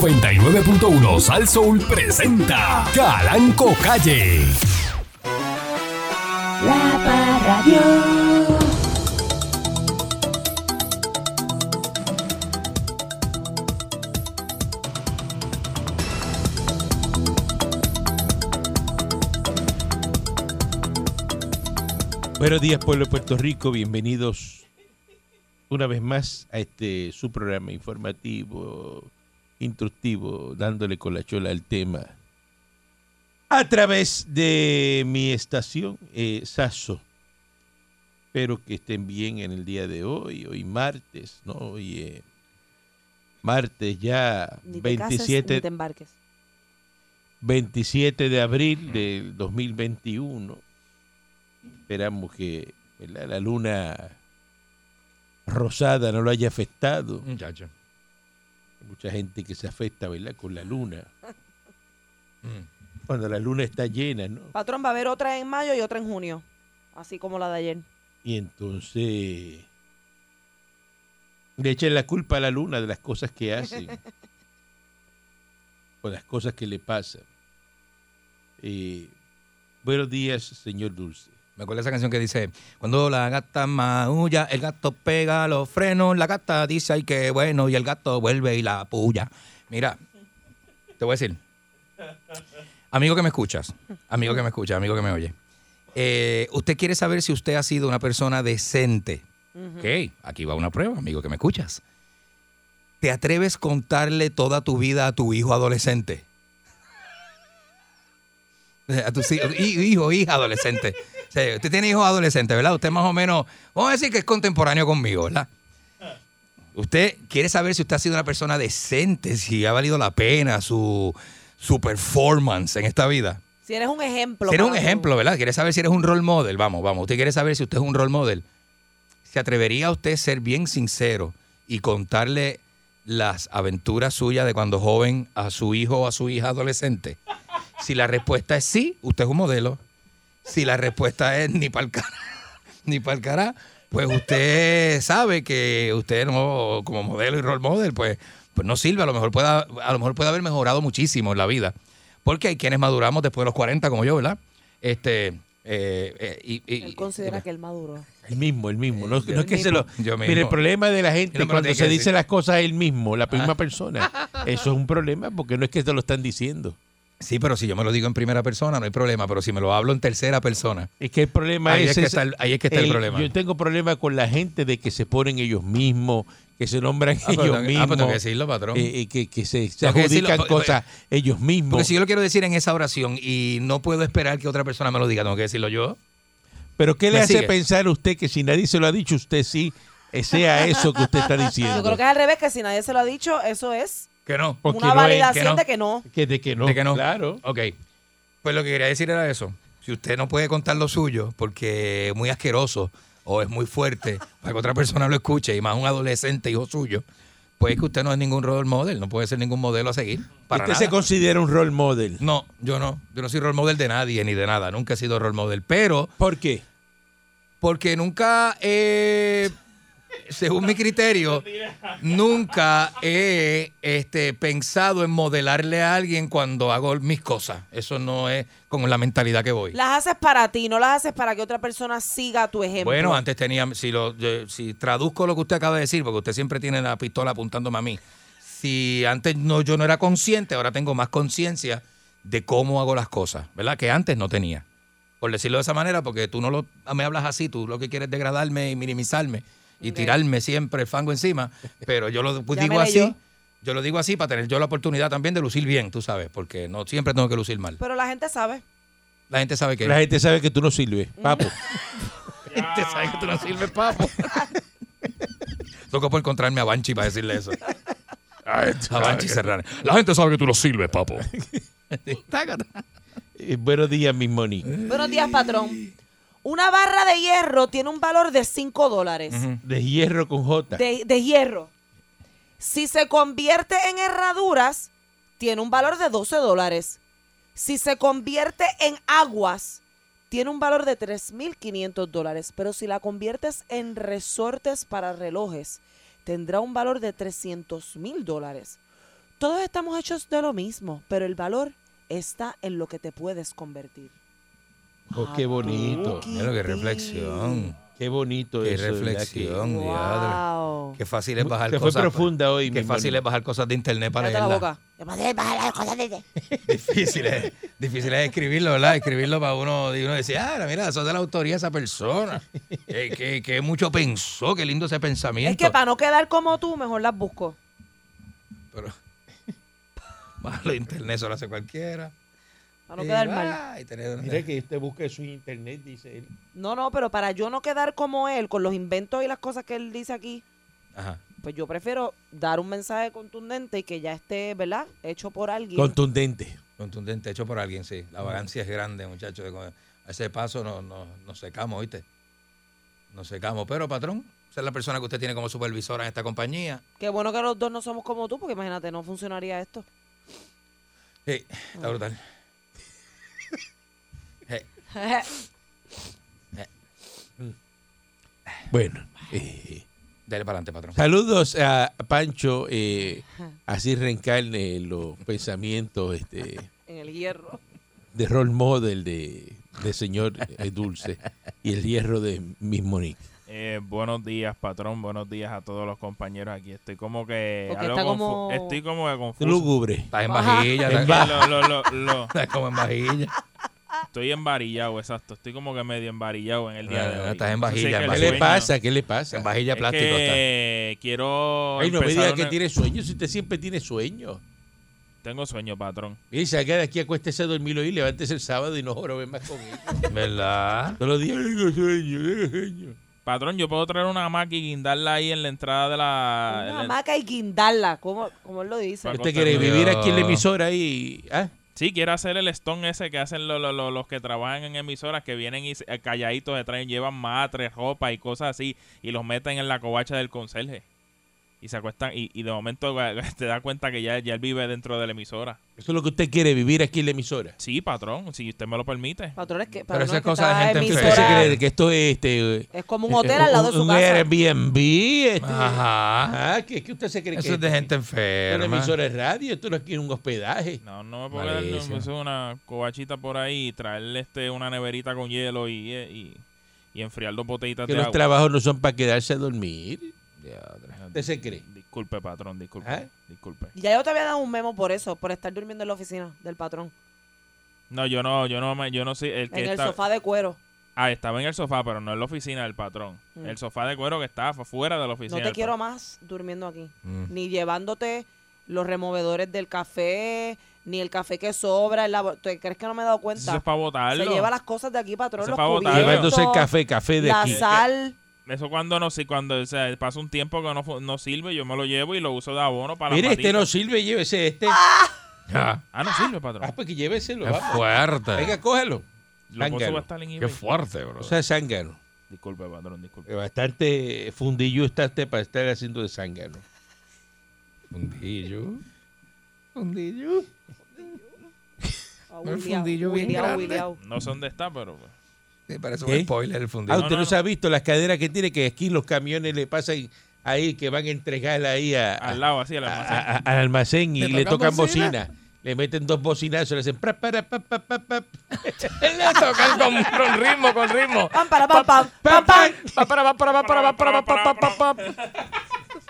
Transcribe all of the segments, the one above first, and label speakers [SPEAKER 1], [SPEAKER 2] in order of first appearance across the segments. [SPEAKER 1] 99.1 Sal Soul presenta Calanco Calle.
[SPEAKER 2] La Parradio.
[SPEAKER 3] Buenos días, pueblo de Puerto Rico. Bienvenidos una vez más a este su programa informativo, instructivo, dándole con la chola al tema. A través de mi estación, eh, Sasso. Espero que estén bien en el día de hoy, hoy martes, ¿no? Hoy eh, martes ya
[SPEAKER 4] Ni te cases, ni
[SPEAKER 3] 27,
[SPEAKER 4] te embarques.
[SPEAKER 3] 27 de abril del 2021. Esperamos que ¿verdad? la luna rosada no lo haya afectado.
[SPEAKER 5] Muchacho.
[SPEAKER 3] Hay mucha gente que se afecta ¿verdad? con la luna. Cuando la luna está llena, ¿no?
[SPEAKER 4] Patrón, va a haber otra en mayo y otra en junio. Así como la de ayer.
[SPEAKER 3] Y entonces le echan la culpa a la luna de las cosas que hacen o las cosas que le pasan. Eh, buenos días, señor Dulce.
[SPEAKER 5] Me acuerdo de esa canción que dice, cuando la gata maulla, el gato pega los frenos, la gata dice, ay, qué bueno, y el gato vuelve y la puya. Mira, te voy a decir, amigo que me escuchas, amigo que me escucha, amigo que me oye, eh, usted quiere saber si usted ha sido una persona decente. Ok, aquí va una prueba, amigo que me escuchas. ¿Te atreves a contarle toda tu vida a tu hijo adolescente? Eh, A tus hi- hi- hijo, hija adolescente. O sea, usted tiene hijos adolescentes, ¿verdad? Usted más o menos, vamos a decir que es contemporáneo conmigo, ¿verdad? Usted quiere saber si usted ha sido una persona decente, si ha valido la pena su, su performance en esta vida.
[SPEAKER 4] Si eres un ejemplo.
[SPEAKER 5] Si eres un
[SPEAKER 4] para tu-
[SPEAKER 5] ejemplo, ¿verdad? Quiere saber si eres un role model. Vamos, vamos. Usted quiere saber si usted es un role model. ¿Se atrevería a usted ser bien sincero y contarle las aventuras suyas de cuando joven a su hijo o a su hija adolescente? Si la respuesta es sí, usted es un modelo. Si la respuesta es ni para el cara, ni para el cara, pues usted sabe que usted no, como modelo y role model, pues, pues no sirve. A lo mejor pueda, a lo mejor puede haber mejorado muchísimo en la vida. Porque hay quienes maduramos después de los 40, como yo, ¿verdad? Este, eh, eh, y, y-
[SPEAKER 4] Él considera que él maduro.
[SPEAKER 3] El mismo, el mismo. No, no es que
[SPEAKER 5] mismo.
[SPEAKER 3] se lo.
[SPEAKER 5] Yo
[SPEAKER 3] Mira, el
[SPEAKER 5] mismo.
[SPEAKER 3] problema de la gente
[SPEAKER 5] Yo no me lo
[SPEAKER 3] cuando
[SPEAKER 5] tenía
[SPEAKER 3] se
[SPEAKER 5] que
[SPEAKER 3] dice
[SPEAKER 5] decir.
[SPEAKER 3] las cosas él mismo, la misma persona. Eso es un problema porque no es que te lo están diciendo.
[SPEAKER 5] Sí, pero si yo me lo digo en primera persona, no hay problema. Pero si me lo hablo en tercera persona,
[SPEAKER 3] Es que el problema
[SPEAKER 5] ahí es,
[SPEAKER 3] es.
[SPEAKER 5] que
[SPEAKER 3] ese- eh,
[SPEAKER 5] está el, ahí es que está el problema.
[SPEAKER 3] Yo tengo problema con la gente de que se ponen ellos mismos, que se nombran
[SPEAKER 5] Ah, pero
[SPEAKER 3] ellos
[SPEAKER 5] tengo- ah,
[SPEAKER 3] mismos.
[SPEAKER 5] pero tengo que decirlo, patrón.
[SPEAKER 3] eh, eh, que, que pues, se, se
[SPEAKER 5] Tengo que decirlo,
[SPEAKER 3] adjudican
[SPEAKER 5] porque-
[SPEAKER 3] cosas ellos mismos.
[SPEAKER 5] Porque si yo lo quiero decir en esa oración y no puedo esperar que otra persona me lo diga, tengo que decirlo yo.
[SPEAKER 3] Pero ¿qué le
[SPEAKER 5] ¿Me
[SPEAKER 3] hace
[SPEAKER 5] sigue?
[SPEAKER 3] pensar a usted que si nadie se lo ha dicho, usted sí eh, sea eso que usted está diciendo?
[SPEAKER 4] Yo creo que es al revés, que si nadie se lo ha dicho, eso es
[SPEAKER 5] Que no.
[SPEAKER 3] Porque
[SPEAKER 4] una
[SPEAKER 3] no es- que
[SPEAKER 4] validación
[SPEAKER 5] no.
[SPEAKER 4] de que no.
[SPEAKER 3] que de que no.
[SPEAKER 5] De que no.
[SPEAKER 3] Claro.
[SPEAKER 5] Ok. Pues lo que quería decir era eso. Si usted no puede contar lo suyo porque es muy asqueroso o es muy fuerte para que otra persona lo escuche y más un adolescente hijo suyo, pues es que usted no es ningún role model, no puede ser ningún modelo a seguir. Para
[SPEAKER 3] usted
[SPEAKER 5] nada.
[SPEAKER 3] se considera un role model.
[SPEAKER 5] No, yo no. Yo no soy role model de nadie ni de nada. Nunca he sido role model. Pero
[SPEAKER 3] ¿Por qué?
[SPEAKER 5] porque nunca he, según mi criterio, nunca he este, pensado en modelarle a alguien cuando hago mis cosas. Eso no es con la mentalidad que voy.
[SPEAKER 4] Las haces para ti, no las haces para que otra persona siga tu ejemplo.
[SPEAKER 5] Bueno, antes tenía, si, lo, yo- si traduzco lo que usted acaba de decir, porque usted siempre tiene la pistola apuntándome a mí. Si antes no, yo no era consciente, ahora tengo más conciencia de cómo hago las cosas, ¿verdad? Que antes no tenía. Por decirlo de esa manera, porque tú no lo, me hablas así, tú lo que quieres es degradarme y minimizarme y
[SPEAKER 4] Ok.
[SPEAKER 5] tirarme siempre el fango encima, pero yo lo pues,
[SPEAKER 4] Ya
[SPEAKER 5] digo
[SPEAKER 4] me
[SPEAKER 5] así,
[SPEAKER 4] leyó.
[SPEAKER 5] yo. lo digo así para tener yo la oportunidad también de lucir bien, tú sabes, porque no siempre tengo que lucir mal.
[SPEAKER 4] Pero la gente sabe.
[SPEAKER 5] La gente sabe que...
[SPEAKER 3] La gente sabe que tú no sirves, papo.
[SPEAKER 5] Te sabes que tú no sirves, papo. Loco por encontrarme a Banchi para decirle eso. A Banchi Serrano. La gente sabe que tú no sirves, papo. Tácata.
[SPEAKER 3] Eh, buenos días, mis Moni.
[SPEAKER 5] ¿Eh?
[SPEAKER 4] Buenos días, patrón. Una barra de hierro tiene un valor de 5 dólares.
[SPEAKER 3] De hierro con J.
[SPEAKER 4] de, de hierro. Si se convierte en herraduras, tiene un valor de 12 dólares. Si se convierte en aguas, tiene un valor de 3.500 dólares. Pero si la conviertes en resortes para relojes, tendrá un valor de 300.000 dólares. Todos estamos hechos de lo mismo, pero el valor está en lo que te puedes convertir.
[SPEAKER 3] Oh, qué bonito.
[SPEAKER 4] Papuki.
[SPEAKER 5] Mira Ah, qué reflexión.
[SPEAKER 3] Qué bonito
[SPEAKER 5] Qué
[SPEAKER 3] eso. ¿verdad?
[SPEAKER 5] reflexión.
[SPEAKER 3] Que-
[SPEAKER 4] Wow.
[SPEAKER 5] Qué fácil es bajar
[SPEAKER 3] Se fue
[SPEAKER 5] cosas.
[SPEAKER 3] profunda hoy,
[SPEAKER 5] Qué
[SPEAKER 3] mi
[SPEAKER 5] fácil
[SPEAKER 3] mano.
[SPEAKER 5] es bajar cosas de internet para
[SPEAKER 4] Cállate la
[SPEAKER 5] leerlas.
[SPEAKER 4] boca. Te pasé, baja las cosas de-
[SPEAKER 5] Difícil es, difícil es escribirlo, ¿verdad? Escribirlo para uno y uno decir, ah, mira, eso es de la autoría de esa persona. Que, que- que mucho pensó, qué lindo ese pensamiento.
[SPEAKER 4] Es que para no quedar como tú, mejor las busco.
[SPEAKER 5] Pero malo internet solo hace cualquiera.
[SPEAKER 4] Para no
[SPEAKER 5] Y
[SPEAKER 4] quedar
[SPEAKER 5] va,
[SPEAKER 4] mal.
[SPEAKER 5] y tener-
[SPEAKER 3] Mira que usted busca eso en internet, dice él.
[SPEAKER 4] No, no, pero para yo no quedar como él, con los inventos y las cosas que él dice aquí,
[SPEAKER 5] Ajá.
[SPEAKER 4] pues yo prefiero dar un mensaje contundente y que ya esté, ¿verdad? Hecho por alguien.
[SPEAKER 3] Contundente.
[SPEAKER 5] Contundente hecho por alguien, sí. La vagancia es grande, muchachos. A ese paso no- no- nos secamos, ¿oíste? Nos secamos. Pero, patrón, esa es la persona que usted tiene como supervisora en esta compañía.
[SPEAKER 4] Qué bueno que los dos no somos como tú, porque imagínate, no funcionaría esto.
[SPEAKER 5] Sí, está brutal. Sí.
[SPEAKER 3] Bueno. eh,
[SPEAKER 5] Dale para adelante, patrón.
[SPEAKER 3] saludos a Pancho. eh, así reencarne los pensamientos este,
[SPEAKER 4] en el hierro.
[SPEAKER 3] de role model de, de señor eh, Dulce y el hierro de Miss Monique.
[SPEAKER 2] Eh, buenos días, patrón. Buenos días a todos los compañeros aquí. Estoy como que.
[SPEAKER 4] Porque
[SPEAKER 2] algo
[SPEAKER 4] está
[SPEAKER 2] confu-
[SPEAKER 4] como-
[SPEAKER 2] Estoy como que confuso.
[SPEAKER 3] Lúgubre.
[SPEAKER 5] Estás en
[SPEAKER 4] Ajá.
[SPEAKER 5] vajilla,
[SPEAKER 3] En
[SPEAKER 5] estás-
[SPEAKER 3] va-
[SPEAKER 2] Lo- lo- lo- lo-
[SPEAKER 5] estás como en vajilla.
[SPEAKER 2] estoy embarillado, exacto. Estoy como que medio embarillado en el día
[SPEAKER 3] Eh,
[SPEAKER 2] de
[SPEAKER 5] Ah,
[SPEAKER 2] hoy.
[SPEAKER 5] estás en
[SPEAKER 2] Eso sí
[SPEAKER 5] vajilla,
[SPEAKER 2] que
[SPEAKER 5] en
[SPEAKER 2] el
[SPEAKER 5] vajilla.
[SPEAKER 3] ¿Qué
[SPEAKER 2] sueño-
[SPEAKER 3] le pasa? ¿Qué le
[SPEAKER 5] En
[SPEAKER 3] pasa?
[SPEAKER 5] vajilla
[SPEAKER 2] Es
[SPEAKER 5] plástico estás.
[SPEAKER 2] que quiero.
[SPEAKER 3] Ay, no me
[SPEAKER 2] empezar
[SPEAKER 3] diga que
[SPEAKER 2] una-
[SPEAKER 3] tiene sueños. Usted siempre tiene sueños.
[SPEAKER 2] Tengo sueño, patrón.
[SPEAKER 3] Mire, salga de aquí, acuéstese a dormir hoy, levántese el sábado y no jorobe más con él.
[SPEAKER 5] ¿Verdad?
[SPEAKER 3] Todos los días, tengo sueño, tengo sueño.
[SPEAKER 2] Patrón, yo puedo traer una hamaca y guindarla ahí en la entrada de la. en
[SPEAKER 4] Una
[SPEAKER 2] la-
[SPEAKER 4] hamaca y guindarla, como, como él lo dice.
[SPEAKER 2] Ah, Paco.
[SPEAKER 3] ¿Usted quiere
[SPEAKER 5] Dios.
[SPEAKER 3] vivir aquí en la emisora y ah?
[SPEAKER 2] Sí, quiero hacer el stone ese que hacen lo- lo- lo- los que trabajan en emisoras que vienen y se- eh, calladitos se traen, llevan matres, ropa y cosas así y los meten en la covacha del conserje. Y se acuestan y, y de momento eh, te da cuenta que ya, ya él vive dentro de la emisora.
[SPEAKER 3] Eso es lo que usted quiere, vivir aquí en la emisora.
[SPEAKER 2] Sí, patrón, si usted me lo permite.
[SPEAKER 4] Patrones que,
[SPEAKER 5] Pero
[SPEAKER 4] patrones
[SPEAKER 5] eso es
[SPEAKER 4] que
[SPEAKER 5] cosa de
[SPEAKER 4] esta
[SPEAKER 5] gente
[SPEAKER 3] ¿Qué
[SPEAKER 5] Sí,
[SPEAKER 3] usted
[SPEAKER 4] emisora
[SPEAKER 3] se
[SPEAKER 5] claro.
[SPEAKER 3] cree que esto es este eh,
[SPEAKER 4] Es como un hotel al lado de su
[SPEAKER 3] un
[SPEAKER 4] casa.
[SPEAKER 3] Airbnb, este.
[SPEAKER 5] Ajá.
[SPEAKER 3] Ajá, ¿qué, qué usted se cree
[SPEAKER 5] Eso
[SPEAKER 3] que
[SPEAKER 5] es de gente enferma.
[SPEAKER 3] una emisora de radio, esto no es aquí un hospedaje.
[SPEAKER 2] No, no me puedo quedar no,
[SPEAKER 5] Malísimo.
[SPEAKER 2] eso es una covachita por ahí y traerle este, una neverita con hielo y, eh, y, y enfriar dos botellitas
[SPEAKER 3] que
[SPEAKER 2] de
[SPEAKER 3] los
[SPEAKER 2] agua. Eh,
[SPEAKER 3] trabajos no son para quedarse a dormir. ¿Usted se cree?
[SPEAKER 2] Disculpe, patrón, disculpe.
[SPEAKER 3] ¿Ah?
[SPEAKER 2] Disculpe.
[SPEAKER 4] Y ya yo te había dado un memo por eso, por estar durmiendo en la oficina del patrón.
[SPEAKER 2] No, yo no, yo no, me- yo no sé. El que
[SPEAKER 4] En el
[SPEAKER 2] está-
[SPEAKER 4] sofá de cuero.
[SPEAKER 2] Ah, estaba en el sofá, pero no en la oficina del patrón.
[SPEAKER 4] Mm.
[SPEAKER 2] El sofá de cuero que estaba fu- fuera de la oficina.
[SPEAKER 4] No te
[SPEAKER 2] del
[SPEAKER 4] quiero
[SPEAKER 2] patrón.
[SPEAKER 4] más durmiendo aquí.
[SPEAKER 5] Mm.
[SPEAKER 4] Ni llevándote los removedores del café, ni el café que sobra. el labo- ¿Tú crees que no me he dado
[SPEAKER 2] Eso es
[SPEAKER 4] cuenta?
[SPEAKER 2] para botarlo.
[SPEAKER 4] Se lleva las cosas de aquí, patrón.
[SPEAKER 2] Eso
[SPEAKER 4] Los
[SPEAKER 2] es pa' botar.
[SPEAKER 4] cubiertos,
[SPEAKER 3] Llevándose el café, café de
[SPEAKER 4] la
[SPEAKER 3] aquí.
[SPEAKER 4] sal.
[SPEAKER 2] Eso cuando no si cuando o sea, pasa un tiempo que no, fu- no sirve, yo me lo llevo y lo uso de abono para
[SPEAKER 3] Mire,
[SPEAKER 2] las
[SPEAKER 3] este no
[SPEAKER 2] patitas.
[SPEAKER 3] sirve, llévese este.
[SPEAKER 5] Ah,
[SPEAKER 2] Ah, no sirve, patrón.
[SPEAKER 3] Ah, pues que lléveselo,
[SPEAKER 5] qué
[SPEAKER 3] vamos.
[SPEAKER 5] fuerte.
[SPEAKER 3] Venga, cógelo.
[SPEAKER 2] lo puedo
[SPEAKER 3] zángano.
[SPEAKER 2] subir hasta en
[SPEAKER 5] qué
[SPEAKER 2] eBay.
[SPEAKER 5] fuerte, bro.
[SPEAKER 3] O sea, zángano.
[SPEAKER 2] Disculpe, patrón, disculpe.
[SPEAKER 3] Eh, Bastante fundillo está este para estar haciendo de zángano.
[SPEAKER 5] fundillo. Fundillo.
[SPEAKER 4] Ah,
[SPEAKER 5] Un
[SPEAKER 4] huileao,
[SPEAKER 5] fundillo bien
[SPEAKER 4] huileao,
[SPEAKER 5] grande.
[SPEAKER 4] huileao.
[SPEAKER 2] No sé dónde está, pero pues,
[SPEAKER 5] Sí, parece
[SPEAKER 3] ¿Qué?
[SPEAKER 5] un spoiler el
[SPEAKER 3] Ah,
[SPEAKER 5] fundillo.
[SPEAKER 3] usted no,
[SPEAKER 2] no, no.
[SPEAKER 3] se ha visto las caderas que tiene, que aquí los camiones le pasan ahí, que van a entregar ahí a- a-
[SPEAKER 2] al lado así, al
[SPEAKER 3] a-
[SPEAKER 2] almacén.
[SPEAKER 3] a- al almacén y
[SPEAKER 5] ¿Le
[SPEAKER 3] le
[SPEAKER 5] tocan
[SPEAKER 3] tocan
[SPEAKER 5] bocina?
[SPEAKER 3] bocina. Le meten dos bocinazos, le hacen... pra, para, pa, pa, pa, pa.
[SPEAKER 5] Le tocan con, con ritmo, con ritmo.
[SPEAKER 4] Pam, para, pam, pam, pam, pam.
[SPEAKER 5] Pa, para, pa, para, pa, para, para, pa, pa, pa, pa, pa.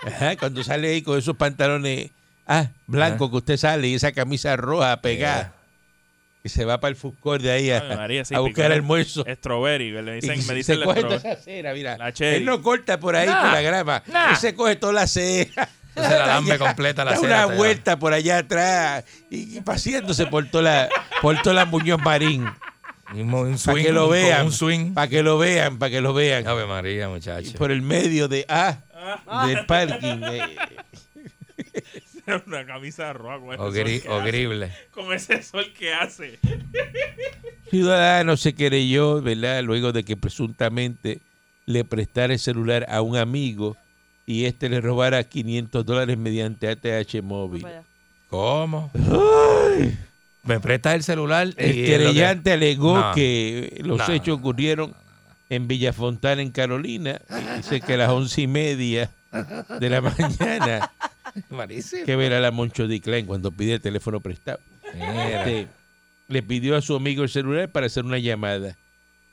[SPEAKER 3] Ajá, cuando sale ahí con esos pantalones ah, blancos que usted sale y esa camisa roja pegada. Y se va para el food court de ahí a,
[SPEAKER 2] Ay, María, sí,
[SPEAKER 3] a
[SPEAKER 2] picó
[SPEAKER 3] buscar
[SPEAKER 2] la-
[SPEAKER 3] almuerzo.
[SPEAKER 2] Strawberry, le dicen,
[SPEAKER 3] Y
[SPEAKER 2] me
[SPEAKER 3] se
[SPEAKER 2] dicen el
[SPEAKER 3] coge toda
[SPEAKER 2] strawberry.
[SPEAKER 3] esa cera, mira.
[SPEAKER 2] La cherry.
[SPEAKER 3] Él no corta por ahí
[SPEAKER 5] Nah.
[SPEAKER 3] con la grama.
[SPEAKER 5] Nah.
[SPEAKER 3] Él se coge toda la cera.
[SPEAKER 5] Entonces el alambre completa la
[SPEAKER 3] Da
[SPEAKER 5] cera, te
[SPEAKER 3] una
[SPEAKER 5] da.
[SPEAKER 3] vuelta por allá atrás y, y paseándose por toda la, por toda la Muñoz Marín.
[SPEAKER 5] Un, un swing.
[SPEAKER 3] Para que lo
[SPEAKER 5] con
[SPEAKER 3] vean.
[SPEAKER 5] Un swing. pues,
[SPEAKER 3] Para que lo vean, para que lo vean.
[SPEAKER 5] Ave María,
[SPEAKER 3] Y
[SPEAKER 5] muchacho.
[SPEAKER 3] por el medio de ah, del parking. eh.
[SPEAKER 2] una camisa roja con ese, sol
[SPEAKER 5] Ogri-
[SPEAKER 2] que
[SPEAKER 5] Horrible.
[SPEAKER 2] hace, con ese sol que hace.
[SPEAKER 3] Ciudadano se querelló, ¿verdad? Luego de que presuntamente le prestara el celular a un amigo y este le robara 500 dólares mediante ATH móvil.
[SPEAKER 4] Vaya.
[SPEAKER 5] ¿Cómo? Me prestas el celular.
[SPEAKER 3] El
[SPEAKER 5] y es lo que-
[SPEAKER 3] querellante alegó
[SPEAKER 5] No.
[SPEAKER 3] que los
[SPEAKER 5] No,
[SPEAKER 3] hechos ocurrieron en Villafontana, en Carolina. Dice que a las once y media de la mañana
[SPEAKER 5] Malísimo.
[SPEAKER 3] que ver a la Moncho D. Klein cuando pide el teléfono prestado.
[SPEAKER 5] Mira.
[SPEAKER 3] Este, le pidió a su amigo el celular para hacer una llamada,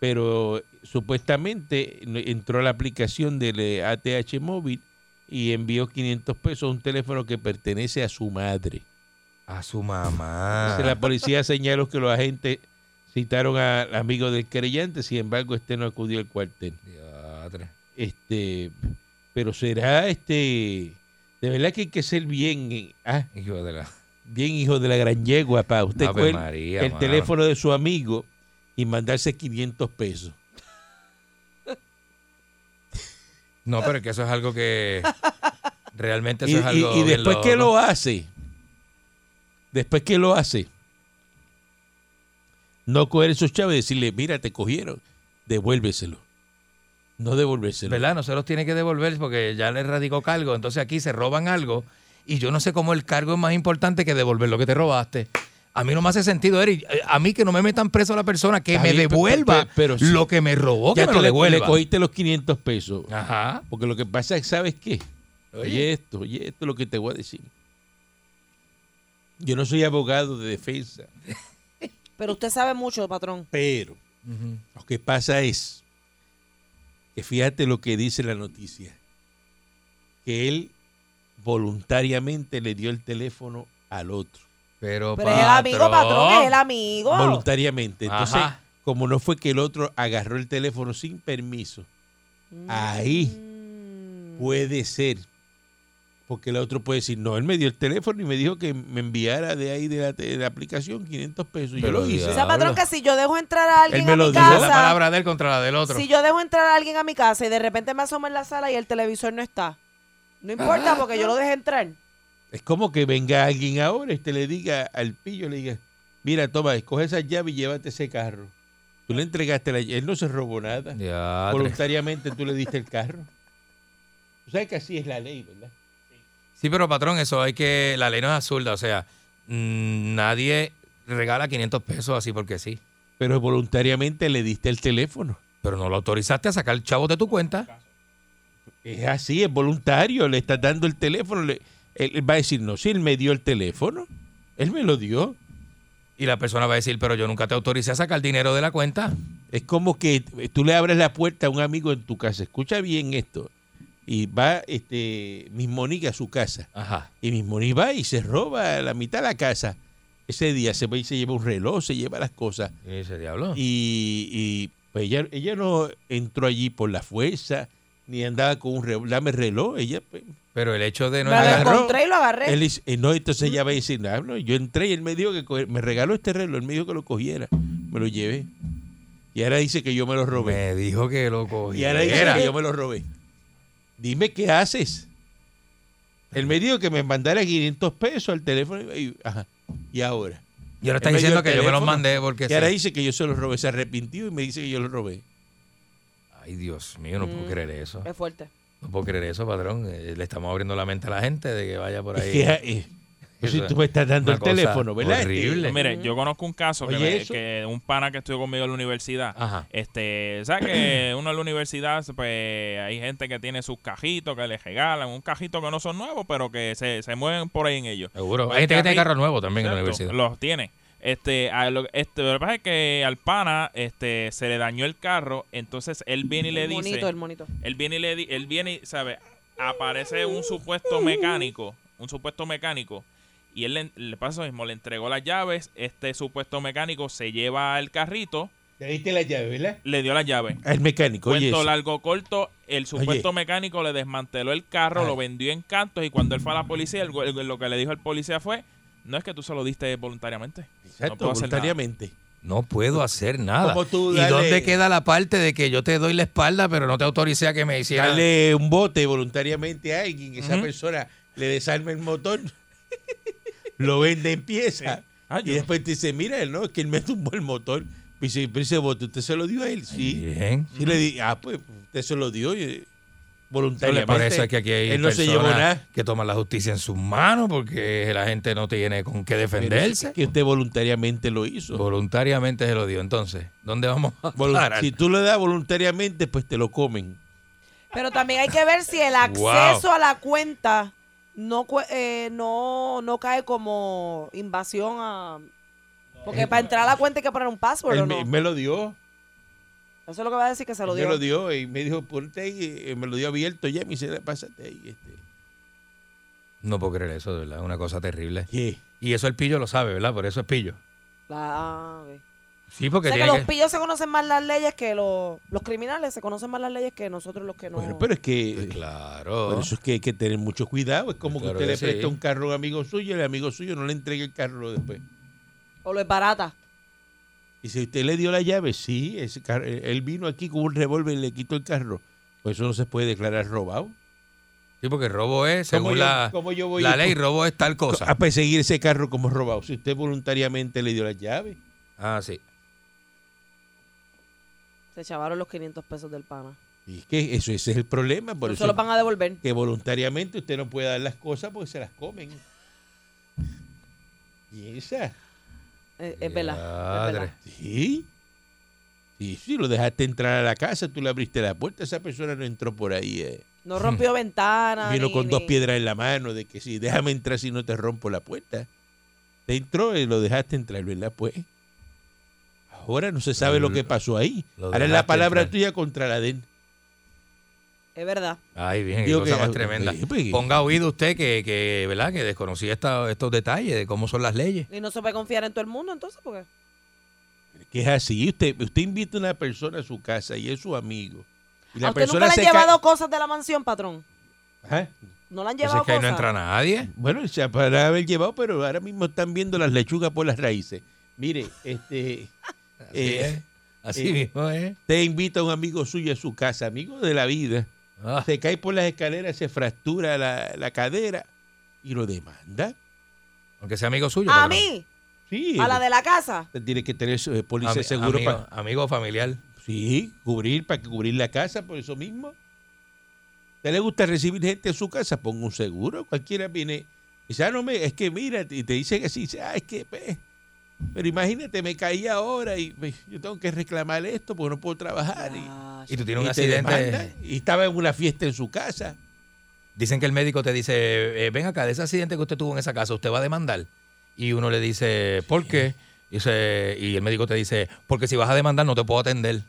[SPEAKER 3] pero supuestamente no- entró a la aplicación del eh, ATH móvil y envió 500 pesos a un teléfono que pertenece a su madre.
[SPEAKER 5] A su mamá.
[SPEAKER 3] Entonces, la policía señaló que los agentes citaron a- al amigo del querellante, sin embargo, este no acudió al cuartel.
[SPEAKER 5] Diatre.
[SPEAKER 3] Este, pero será este, de verdad que hay que ser bien, eh, ah,
[SPEAKER 5] Hijo de la-
[SPEAKER 3] bien hijo de la gran yegua para usted
[SPEAKER 5] Ave
[SPEAKER 3] coger
[SPEAKER 5] María,
[SPEAKER 3] el
[SPEAKER 5] mano.
[SPEAKER 3] teléfono de su amigo y mandarse 500 pesos.
[SPEAKER 5] No, pero es que eso es algo que. Realmente
[SPEAKER 3] Y,
[SPEAKER 5] eso es
[SPEAKER 3] y-
[SPEAKER 5] algo.
[SPEAKER 3] y
[SPEAKER 5] bien
[SPEAKER 3] después que
[SPEAKER 5] loco.
[SPEAKER 3] lo hace, después que lo hace, no coger esos chavos y decirle, mira, te cogieron, devuélveselo. No devolvérselo.
[SPEAKER 5] ¿Verdad? No se los tiene que devolver porque ya le radicó cargo. Entonces aquí se roban algo y yo no sé cómo el cargo es más importante que devolver lo que te robaste. A mí no me hace sentido, Eric. eh, A mí que no me metan preso a la persona, que
[SPEAKER 3] Está
[SPEAKER 5] me
[SPEAKER 3] bien, pe-
[SPEAKER 5] devuelva
[SPEAKER 3] pe- pero sí.
[SPEAKER 5] lo que me robó, que
[SPEAKER 3] Ya
[SPEAKER 5] me
[SPEAKER 3] tú
[SPEAKER 5] lo
[SPEAKER 3] le- le,
[SPEAKER 5] devuelva.
[SPEAKER 3] cogiste los 500 pesos.
[SPEAKER 5] Ajá.
[SPEAKER 3] Porque lo que pasa es, ¿sabes qué? Oye,
[SPEAKER 5] Oye.
[SPEAKER 3] esto, oye, esto es lo que te voy a decir. Yo no soy abogado de defensa,
[SPEAKER 4] Pero usted sabe mucho, patrón.
[SPEAKER 3] pero
[SPEAKER 5] Ujú.
[SPEAKER 3] Lo que pasa es que fíjate lo que dice la noticia, que él voluntariamente le dio el teléfono al otro,
[SPEAKER 5] Pero,
[SPEAKER 4] Pero es el amigo, patrón, es el amigo.
[SPEAKER 3] voluntariamente. Entonces,
[SPEAKER 5] Ajá.
[SPEAKER 3] como no fue que el otro agarró el teléfono sin permiso, ahí
[SPEAKER 4] Mm.
[SPEAKER 3] puede ser, porque el otro puede decir, no, él me dio el teléfono y me dijo que me enviara de ahí de la, de la aplicación 500 pesos y yo
[SPEAKER 5] Pero
[SPEAKER 3] lo
[SPEAKER 4] O
[SPEAKER 3] hice.
[SPEAKER 5] diablo.
[SPEAKER 4] sea, patrón, que si yo dejo entrar a alguien
[SPEAKER 3] Él me
[SPEAKER 4] a
[SPEAKER 3] lo
[SPEAKER 4] mi
[SPEAKER 3] dice, la
[SPEAKER 5] Dice
[SPEAKER 4] casa,
[SPEAKER 5] la palabra de él contra la del otro.
[SPEAKER 4] si yo dejo entrar a alguien a mi casa y de repente me asomo en la sala y el televisor no está, no
[SPEAKER 5] Ah.
[SPEAKER 4] importa porque yo lo dejé entrar.
[SPEAKER 3] Es como que venga alguien ahora y te le diga al pillo, le diga, mira, toma, escoge esa llave y llévate ese carro. Tú le entregaste la llave, él no se robó nada.
[SPEAKER 5] Diatre.
[SPEAKER 3] Voluntariamente tú le diste el carro. Tú sabes que así es la ley, ¿verdad?
[SPEAKER 5] Sí, pero patrón, eso hay que. La ley no es absurda, o sea, mm, nadie regala 500 pesos así porque sí.
[SPEAKER 3] Pero voluntariamente le diste el teléfono.
[SPEAKER 5] Pero no lo autorizaste a sacar el chavo de tu cuenta.
[SPEAKER 3] Es así, es voluntario, le estás dando el teléfono. le- él, él va a decir, no, si él me dio el teléfono, él me lo dio.
[SPEAKER 5] Y la persona va a decir, pero yo nunca te autoricé a sacar dinero de la cuenta.
[SPEAKER 3] Es como que tú le abres la puerta a un amigo en tu casa. Escucha bien esto. Y va este, Miss Monique a su casa.
[SPEAKER 5] Ajá.
[SPEAKER 3] Y Miss Monique va y se roba la mitad de la casa. Ese día se va y se lleva un reloj, se lleva las cosas.
[SPEAKER 5] Y ese diablo.
[SPEAKER 3] Y, y, pues ella, ella no entró allí por la fuerza, ni andaba con un reloj. Dame el reloj. Ella, pues,
[SPEAKER 5] pero el hecho de no
[SPEAKER 4] me lo
[SPEAKER 5] agarrar-
[SPEAKER 3] agarró.
[SPEAKER 4] encontré y lo agarré.
[SPEAKER 3] él dice, eh, no, entonces ella va a decir, "Ah, no, yo entré y él me dijo que co- me regaló este reloj, él me dijo que lo cogiera. Me lo llevé. Y ahora dice que yo me lo robé.
[SPEAKER 5] me dijo que lo
[SPEAKER 3] Y
[SPEAKER 5] cogiera.
[SPEAKER 3] ahora dice que yo me lo robé. Dime qué haces. Él me dijo que me mandara 500 pesos al teléfono. Y, ajá. ¿Y ahora.
[SPEAKER 5] Y ahora está
[SPEAKER 3] Él me dio
[SPEAKER 5] diciendo
[SPEAKER 3] el
[SPEAKER 5] que yo me lo
[SPEAKER 3] teléfono.
[SPEAKER 5] mandé porque
[SPEAKER 3] Y ahora
[SPEAKER 5] sí.
[SPEAKER 3] dice que yo se lo robé. Se arrepintió y me dice que yo lo robé.
[SPEAKER 5] Ay, Dios mío, no puedo
[SPEAKER 4] Mm.
[SPEAKER 5] creer eso.
[SPEAKER 4] Es fuerte.
[SPEAKER 5] No puedo creer eso, patrón. Eh, Le estamos abriendo la mente a la gente de que vaya por ahí.
[SPEAKER 3] Es que, eh, pues, si tú me estás dando
[SPEAKER 5] Una
[SPEAKER 3] el
[SPEAKER 5] cosa
[SPEAKER 3] teléfono, ¿verdad? Este,
[SPEAKER 5] horrible.
[SPEAKER 2] Pues mire, yo conozco un caso que,
[SPEAKER 3] Oye,
[SPEAKER 2] me-
[SPEAKER 3] eso.
[SPEAKER 2] que un pana que estudió conmigo en la universidad.
[SPEAKER 5] Ajá.
[SPEAKER 2] Este, ¿sabes que uno en la universidad, pues hay gente que tiene sus cajitos que les regalan, un cajito que no son nuevos, pero que se, se mueven por ahí en ellos.
[SPEAKER 5] Seguro.
[SPEAKER 2] Pues
[SPEAKER 5] Hay gente que tiene
[SPEAKER 2] carri-
[SPEAKER 5] carro nuevo también en la
[SPEAKER 2] Exacto,
[SPEAKER 5] universidad.
[SPEAKER 2] Los tiene. Este, a lo, este, lo que pasa es que al pana este, se le dañó el carro, entonces él viene y le
[SPEAKER 4] El
[SPEAKER 2] dice...
[SPEAKER 4] monito, el monito.
[SPEAKER 2] Él viene y le di- él viene y, sabe, aparece un supuesto mecánico, un supuesto mecánico y él le, le pasa lo mismo, le entregó las llaves, este supuesto mecánico se lleva el carrito,
[SPEAKER 3] Te diste la llave, ¿verdad?
[SPEAKER 2] le dio las llaves.
[SPEAKER 3] Al mecánico, oye.
[SPEAKER 2] Cuento
[SPEAKER 3] eso.
[SPEAKER 2] largo corto, el supuesto mecánico le desmanteló el carro,
[SPEAKER 5] Ay.
[SPEAKER 3] Ah.
[SPEAKER 2] lo vendió en cantos y cuando él fue a la policía, el go- el- lo que le dijo el policía fue, no es que tú se lo diste voluntariamente.
[SPEAKER 3] Exacto,
[SPEAKER 2] no puedo hacer nada.
[SPEAKER 3] voluntariamente.
[SPEAKER 5] No puedo hacer nada.
[SPEAKER 3] Pues, ¿Cómo tú
[SPEAKER 5] ¿Y
[SPEAKER 3] darle-
[SPEAKER 5] dónde queda la parte de que yo te doy la espalda, pero no te autoricé a que me hiciera?
[SPEAKER 3] Darle un bote voluntariamente a alguien, esa
[SPEAKER 2] Ujú.
[SPEAKER 3] persona le desarma el motor, lo vende en pieza.
[SPEAKER 2] Ah,
[SPEAKER 3] Y
[SPEAKER 2] yo-
[SPEAKER 3] después te dice, mira, no, es que él me tumbó el motor. Y dice, pero ese bote usted se lo dio a él, sí.
[SPEAKER 5] Bien.
[SPEAKER 3] Sí le di, ah, pues usted se lo dio y-
[SPEAKER 5] Entonces,
[SPEAKER 3] voluntariamente.
[SPEAKER 5] Por eso es que aquí hay
[SPEAKER 3] Él no se llevó
[SPEAKER 5] personas
[SPEAKER 3] nada.
[SPEAKER 5] que toman la justicia en sus manos porque la gente no tiene con qué
[SPEAKER 3] Pero eso
[SPEAKER 5] defenderse.
[SPEAKER 3] es Que usted voluntariamente lo hizo.
[SPEAKER 5] Voluntariamente se lo dio. Entonces, ¿dónde vamos a
[SPEAKER 3] Volu-
[SPEAKER 5] parar?
[SPEAKER 3] si tú lo das voluntariamente, pues te lo comen.
[SPEAKER 4] Pero también hay que ver si el acceso a la cuenta no, cue- eh, no, no cae como invasión a... Porque
[SPEAKER 3] Eh,
[SPEAKER 4] para entrar a la cuenta hay que poner un password,
[SPEAKER 3] Él
[SPEAKER 4] ¿o
[SPEAKER 3] me,
[SPEAKER 4] no?
[SPEAKER 3] me lo dio.
[SPEAKER 4] Eso es lo que va a decir que se lo
[SPEAKER 3] él me
[SPEAKER 4] dio.
[SPEAKER 3] lo dio y me dijo, ponte ahí, eh, me lo dio abierto ya, me dice, pásate ahí. Este.
[SPEAKER 5] No puedo creer eso, de verdad. Una cosa terrible.
[SPEAKER 3] ¿Qué?
[SPEAKER 5] Y eso el pillo lo sabe, ¿verdad? Por eso es pillo.
[SPEAKER 4] La- ah, ok.
[SPEAKER 5] Sí, porque
[SPEAKER 4] O sea que
[SPEAKER 5] tiene
[SPEAKER 4] los
[SPEAKER 5] que-
[SPEAKER 4] pillos se conocen más las leyes que los, los criminales, se conocen más las leyes que nosotros los que no.
[SPEAKER 3] Bueno, pero es que... eh,
[SPEAKER 5] Pues
[SPEAKER 3] Por
[SPEAKER 5] Claro.
[SPEAKER 3] eso es que hay que tener mucho cuidado. Es como
[SPEAKER 5] Claro
[SPEAKER 3] que usted
[SPEAKER 5] que
[SPEAKER 3] le
[SPEAKER 5] sí.
[SPEAKER 3] presta un carro a un amigo suyo y el amigo suyo no le entrega el carro después.
[SPEAKER 4] O lo es barata.
[SPEAKER 3] Y si usted le dio la llave, sí, ese carro- él vino aquí con un revólver y le quitó el carro. Pues eso no se puede declarar robado.
[SPEAKER 5] Sí, porque robo es, según
[SPEAKER 3] yo-
[SPEAKER 5] la,
[SPEAKER 3] cómo yo voy Ah,
[SPEAKER 5] la
[SPEAKER 3] a-
[SPEAKER 5] ley, robo es tal cosa.
[SPEAKER 3] A perseguir ese carro como robado. Si usted voluntariamente le dio la llave.
[SPEAKER 5] Ah, sí.
[SPEAKER 4] Se chavaron los 500 pesos del pana.
[SPEAKER 3] Y es que eso, ese es el problema. Por
[SPEAKER 4] No
[SPEAKER 3] eso
[SPEAKER 4] se los van a devolver.
[SPEAKER 3] que voluntariamente usted no puede dar las cosas porque se las comen. Y esa,
[SPEAKER 4] Eh, Es, verdad. es verdad.
[SPEAKER 5] Diadre.
[SPEAKER 3] sí. Sí, sí, lo dejaste entrar a la casa, tú le abriste la puerta, esa persona no entró por ahí. eh.
[SPEAKER 4] No rompió ventanas.
[SPEAKER 3] Vino
[SPEAKER 4] ni-
[SPEAKER 3] con dos
[SPEAKER 4] ni-
[SPEAKER 3] piedras en la mano de que si déjame entrar si no te rompo la puerta. Te entró y lo dejaste entrar, ¿verdad? Pues. Ahora no se sabe lo que pasó ahí.
[SPEAKER 5] Lo
[SPEAKER 3] Ahora es
[SPEAKER 5] dejaste
[SPEAKER 3] la palabra
[SPEAKER 5] entrar.
[SPEAKER 3] tuya contra la de él.
[SPEAKER 4] Es verdad.
[SPEAKER 5] Ay, bien, qué
[SPEAKER 3] Digo
[SPEAKER 5] cosa
[SPEAKER 3] que-
[SPEAKER 5] más tremenda.
[SPEAKER 3] Sí, pues.
[SPEAKER 5] Ponga oído usted que, que ¿verdad? Que desconocía esta- estos detalles de cómo son las leyes.
[SPEAKER 4] Y no se puede confiar en todo el mundo, entonces, porque.
[SPEAKER 3] Que es así. Usted, usted invita a una persona a su casa y es su amigo. Y
[SPEAKER 4] ¿A usted nunca le han
[SPEAKER 3] se ca- ¿Ah?
[SPEAKER 4] llevado cosas de la mansión, patrón?
[SPEAKER 3] Ajá.
[SPEAKER 4] ¿No le han
[SPEAKER 5] Entonces
[SPEAKER 4] llevado
[SPEAKER 5] Pues es que ahí no
[SPEAKER 4] cosas?
[SPEAKER 5] entra nadie.
[SPEAKER 3] Bueno, se para haber llevado, pero ahora mismo están viendo las lechugas por las raíces. Mire, este.
[SPEAKER 5] Así
[SPEAKER 3] eh,
[SPEAKER 5] es. Así
[SPEAKER 3] eh,
[SPEAKER 5] mismo es.
[SPEAKER 3] Te invita a un amigo suyo a su casa, amigo de la vida.
[SPEAKER 5] Ah,
[SPEAKER 3] se cae por las escaleras, se fractura la, la cadera y lo demanda.
[SPEAKER 5] aunque sea amigo suyo.
[SPEAKER 4] ¿A
[SPEAKER 5] pero-
[SPEAKER 4] mí?
[SPEAKER 3] Sí.
[SPEAKER 4] ¿A la de la casa?
[SPEAKER 3] Usted Tiene que tener su eh, póliza de
[SPEAKER 5] Ami-
[SPEAKER 3] seguro
[SPEAKER 5] amigo,
[SPEAKER 3] para
[SPEAKER 5] amigo familiar.
[SPEAKER 3] sí, cubrir, para cubrir la casa, por eso mismo. ¿A usted le gusta recibir gente a su casa? Ponga un seguro. Cualquiera viene. Dice, "Ah, no me, es que mira, y te dicen así, dice, ah, es que. pues, pero imagínate, me caí ahora y pues, yo tengo que reclamar esto porque no puedo trabajar. Y,
[SPEAKER 4] Ah,
[SPEAKER 5] Y tú tienes
[SPEAKER 3] y
[SPEAKER 5] un
[SPEAKER 3] te
[SPEAKER 5] accidente.
[SPEAKER 3] demanda, y estaba en una fiesta en su casa.
[SPEAKER 5] Dicen que el médico te dice, eh, ven acá, de ese accidente que usted tuvo en esa casa, usted va a demandar. Y uno le dice, ¿por qué? Y, dice- y el médico te dice, porque si vas a demandar no te puedo atender.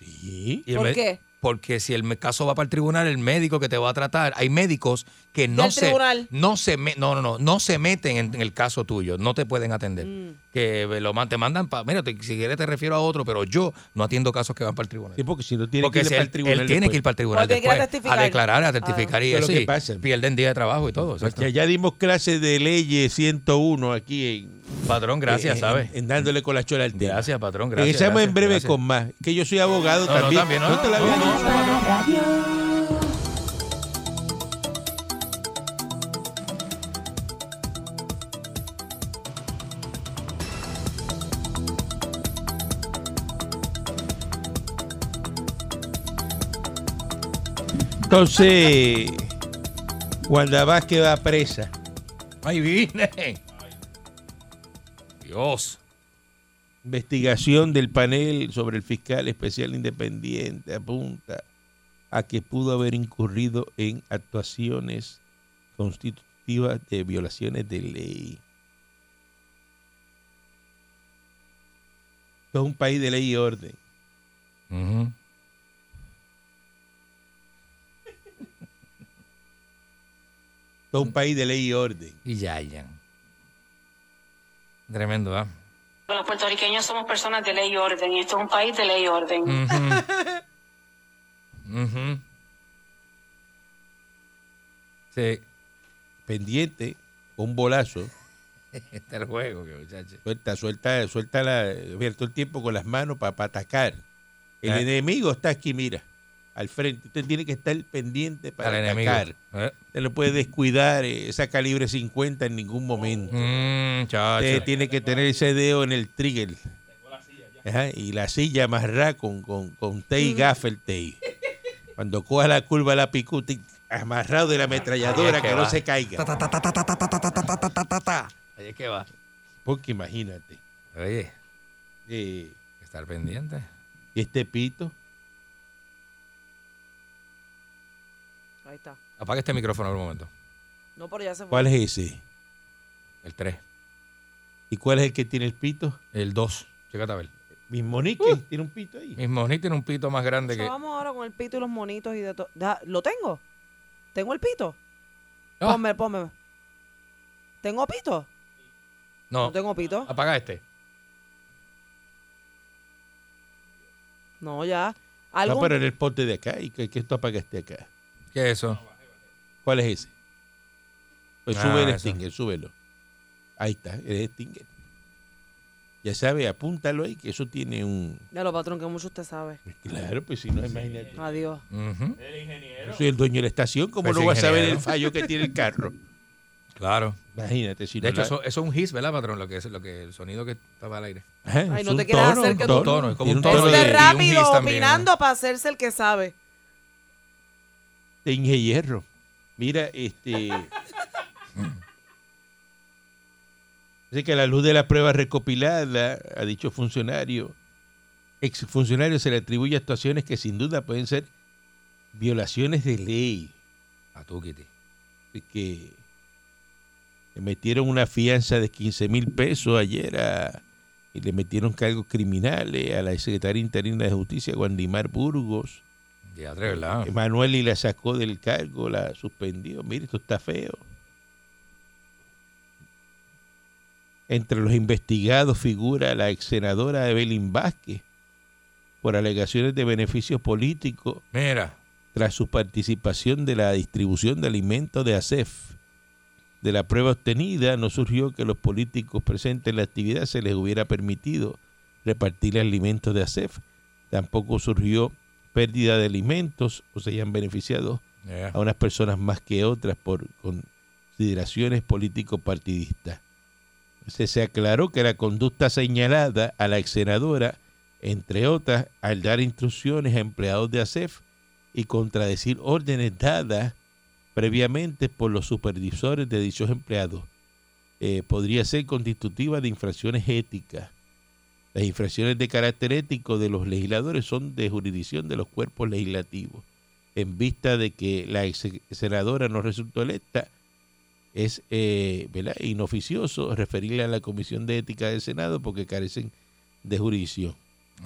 [SPEAKER 3] Sí.
[SPEAKER 5] Y el
[SPEAKER 4] ¿Por
[SPEAKER 5] me-
[SPEAKER 4] qué?
[SPEAKER 5] Porque si el me- caso va para el tribunal, el médico que te va a tratar, hay médicos que no
[SPEAKER 4] Del
[SPEAKER 5] se,
[SPEAKER 4] tribunal.
[SPEAKER 5] no se me- no, no, no, no se meten en, en el caso tuyo, no te pueden atender.
[SPEAKER 4] Mm.
[SPEAKER 5] Que lo man- te mandan para, mira, te- si quieres te refiero a otro, pero yo no atiendo casos que van para el tribunal.
[SPEAKER 3] Sí, porque si no tiene
[SPEAKER 5] Porque
[SPEAKER 3] que ir
[SPEAKER 5] si
[SPEAKER 3] para
[SPEAKER 5] él,
[SPEAKER 3] el tribunal.
[SPEAKER 5] él tiene
[SPEAKER 3] después.
[SPEAKER 5] que ir para el tribunal
[SPEAKER 4] Porque tiene que ir a
[SPEAKER 5] después, a
[SPEAKER 4] testificar.
[SPEAKER 5] declarar, a certificar y
[SPEAKER 3] Eso es
[SPEAKER 5] eso,
[SPEAKER 3] lo que
[SPEAKER 5] y
[SPEAKER 3] pasa.
[SPEAKER 5] pierden día de trabajo y todo. exacto.
[SPEAKER 3] Que ya dimos clases de leyes 101 aquí en.
[SPEAKER 5] Patrón, gracias,
[SPEAKER 3] en-
[SPEAKER 5] ¿sabes?
[SPEAKER 3] En, dándole con la chola al tema.
[SPEAKER 5] Gracias, patrón, gracias.
[SPEAKER 3] Regresamos eh, en
[SPEAKER 5] gracias,
[SPEAKER 3] breve
[SPEAKER 5] gracias.
[SPEAKER 3] con más. Que yo soy abogado
[SPEAKER 5] No, no,
[SPEAKER 3] también.
[SPEAKER 5] también, no,
[SPEAKER 3] ¿No te la
[SPEAKER 5] no,
[SPEAKER 3] había
[SPEAKER 5] no,
[SPEAKER 3] dicho? Entonces, Wanda Vázquez va presa.
[SPEAKER 5] Ahí vine. Dios.
[SPEAKER 3] Investigación del panel sobre el fiscal especial independiente apunta a que pudo haber incurrido en actuaciones constitutivas de violaciones de ley. Esto es un país de ley y orden.
[SPEAKER 5] Ujú.
[SPEAKER 3] Esto es un país de ley y orden.
[SPEAKER 5] Y ya, ya. Tremendo, ¿ah?
[SPEAKER 6] Los puertorriqueños somos personas de ley y orden, y esto es un país de ley y orden.
[SPEAKER 5] Ujú. Ujú. Sí,
[SPEAKER 3] Pendiente, un bolazo.
[SPEAKER 5] está el juego, que muchacho.
[SPEAKER 3] Suelta, suelta, suelta la, mira, todo el tiempo con las manos para atacar. El
[SPEAKER 5] Ah.
[SPEAKER 3] enemigo está aquí, mira, al frente. Usted tiene que estar pendiente para
[SPEAKER 5] Al enemigo.
[SPEAKER 3] atacar.
[SPEAKER 5] Eh.
[SPEAKER 3] Usted no puede descuidar eh, esa calibre 50 en ningún momento.
[SPEAKER 5] Mm, chacho.
[SPEAKER 3] Usted tiene que tener ese dedo en el trigger. Ajá, y la silla amarrá con, con, con tape y gaffer tape. Cuando coja la curva la picuta y amarrado de la
[SPEAKER 5] Ahí
[SPEAKER 3] ametralladora
[SPEAKER 5] es que
[SPEAKER 3] que no
[SPEAKER 5] va.
[SPEAKER 3] se caiga.
[SPEAKER 5] Ta, ta, ta, ta, ta, ta, ta, ta, ta, ta, ta, ta, ta, ta. Ahí es que va.
[SPEAKER 3] Porque imagínate,
[SPEAKER 5] Oye,
[SPEAKER 3] eh,
[SPEAKER 5] hay que estar pendiente.
[SPEAKER 3] este pito,
[SPEAKER 4] Ahí está.
[SPEAKER 5] Apaga este micrófono por un momento.
[SPEAKER 4] No, pero ya se fue.
[SPEAKER 3] ¿Cuál es ese?
[SPEAKER 5] El 3.
[SPEAKER 3] ¿Y cuál es el que tiene el pito?
[SPEAKER 5] El 2. Chécate a ver.
[SPEAKER 3] Mis monique tiene un pito ahí. Ah,
[SPEAKER 5] Mis monitos tienen un pito más grande que.
[SPEAKER 4] Vamos ahora con el pito y los monitos y de todo. Da- ¿Lo tengo? ¿Tengo el pito?
[SPEAKER 5] Ah.
[SPEAKER 4] Ponme, ponme. ¿Tengo pito? No
[SPEAKER 5] No,
[SPEAKER 4] tengo pito.
[SPEAKER 5] apaga este.
[SPEAKER 4] No, ya.
[SPEAKER 3] No,
[SPEAKER 4] ¿Algún...
[SPEAKER 3] pero en el pote de acá. ¿Y qué, qué tú apagaste acá?
[SPEAKER 5] ¿Qué es eso?
[SPEAKER 3] ¿Cuál es ese? Pues
[SPEAKER 5] Ah,
[SPEAKER 3] sube el
[SPEAKER 5] eso.
[SPEAKER 3] Stinger, súbelo. Ahí está, el Stinger. Ya sabe, apúntalo ahí, que eso tiene un...
[SPEAKER 4] Ya lo patrón, que mucho usted sabe.
[SPEAKER 3] Claro, pues si no, imagínate.
[SPEAKER 4] Adiós.
[SPEAKER 5] Ujú,
[SPEAKER 3] Yo soy el dueño de la estación, ¿cómo
[SPEAKER 5] Pues
[SPEAKER 3] no vas a saber
[SPEAKER 5] ingeniero.
[SPEAKER 3] el fallo que tiene el carro?
[SPEAKER 5] Claro.
[SPEAKER 3] Imagínate, si no
[SPEAKER 5] De hecho,
[SPEAKER 3] la-
[SPEAKER 5] eso, eso es un hiss, ¿verdad, patrón? Lo que es lo que el sonido que estaba al aire.
[SPEAKER 3] Ajá,
[SPEAKER 4] Ay,
[SPEAKER 3] es
[SPEAKER 4] no
[SPEAKER 3] un
[SPEAKER 4] te quieras hacer
[SPEAKER 3] un
[SPEAKER 4] que tú-
[SPEAKER 5] Tono, es como
[SPEAKER 3] Tiene
[SPEAKER 5] un
[SPEAKER 3] un
[SPEAKER 5] tono
[SPEAKER 3] tono de,
[SPEAKER 4] Usted
[SPEAKER 5] de- y un
[SPEAKER 4] Este rápido
[SPEAKER 5] gis también,
[SPEAKER 4] opinando para hacerse el que sabe.
[SPEAKER 3] de Inge Hierro. Mira, este... Dice que a la luz de la prueba recopilada a dicho funcionario, exfuncionario se le atribuye actuaciones que sin duda pueden ser violaciones de ley.
[SPEAKER 5] A tú, Kitty.
[SPEAKER 3] que le metieron una fianza de 15 mil pesos ayer a- y le metieron cargos criminales a la secretaria interina de justicia, Guandimar Burgos.
[SPEAKER 5] Ya, tres, ¿verdad?
[SPEAKER 3] Manuel y la sacó del cargo, la suspendió. Mire, esto está feo. Entre los investigados figura la ex senadora Evelyn Vázquez por alegaciones de beneficios políticos
[SPEAKER 5] Mira.
[SPEAKER 3] tras su participación de la distribución de alimentos de ASEF. De la prueba obtenida no surgió que los políticos presentes en la actividad se les hubiera permitido repartir alimentos de ASEF. Tampoco surgió pérdida de alimentos o se hayan beneficiado
[SPEAKER 5] ya.
[SPEAKER 3] a unas personas más que otras por consideraciones político-partidistas. Se, se aclaró que la conducta señalada a la ex senadora, entre otras, al dar instrucciones a empleados de ASEF y contradecir órdenes dadas previamente por los supervisores de dichos empleados, eh, podría ser constitutiva de infracciones éticas. Las infracciones de carácter ético de los legisladores son de jurisdicción de los cuerpos legislativos en vista de que la ex senadora no resultó electa, es eh, ¿verdad? inoficioso referirle a la Comisión de Ética del Senado porque carecen de jurisdicción.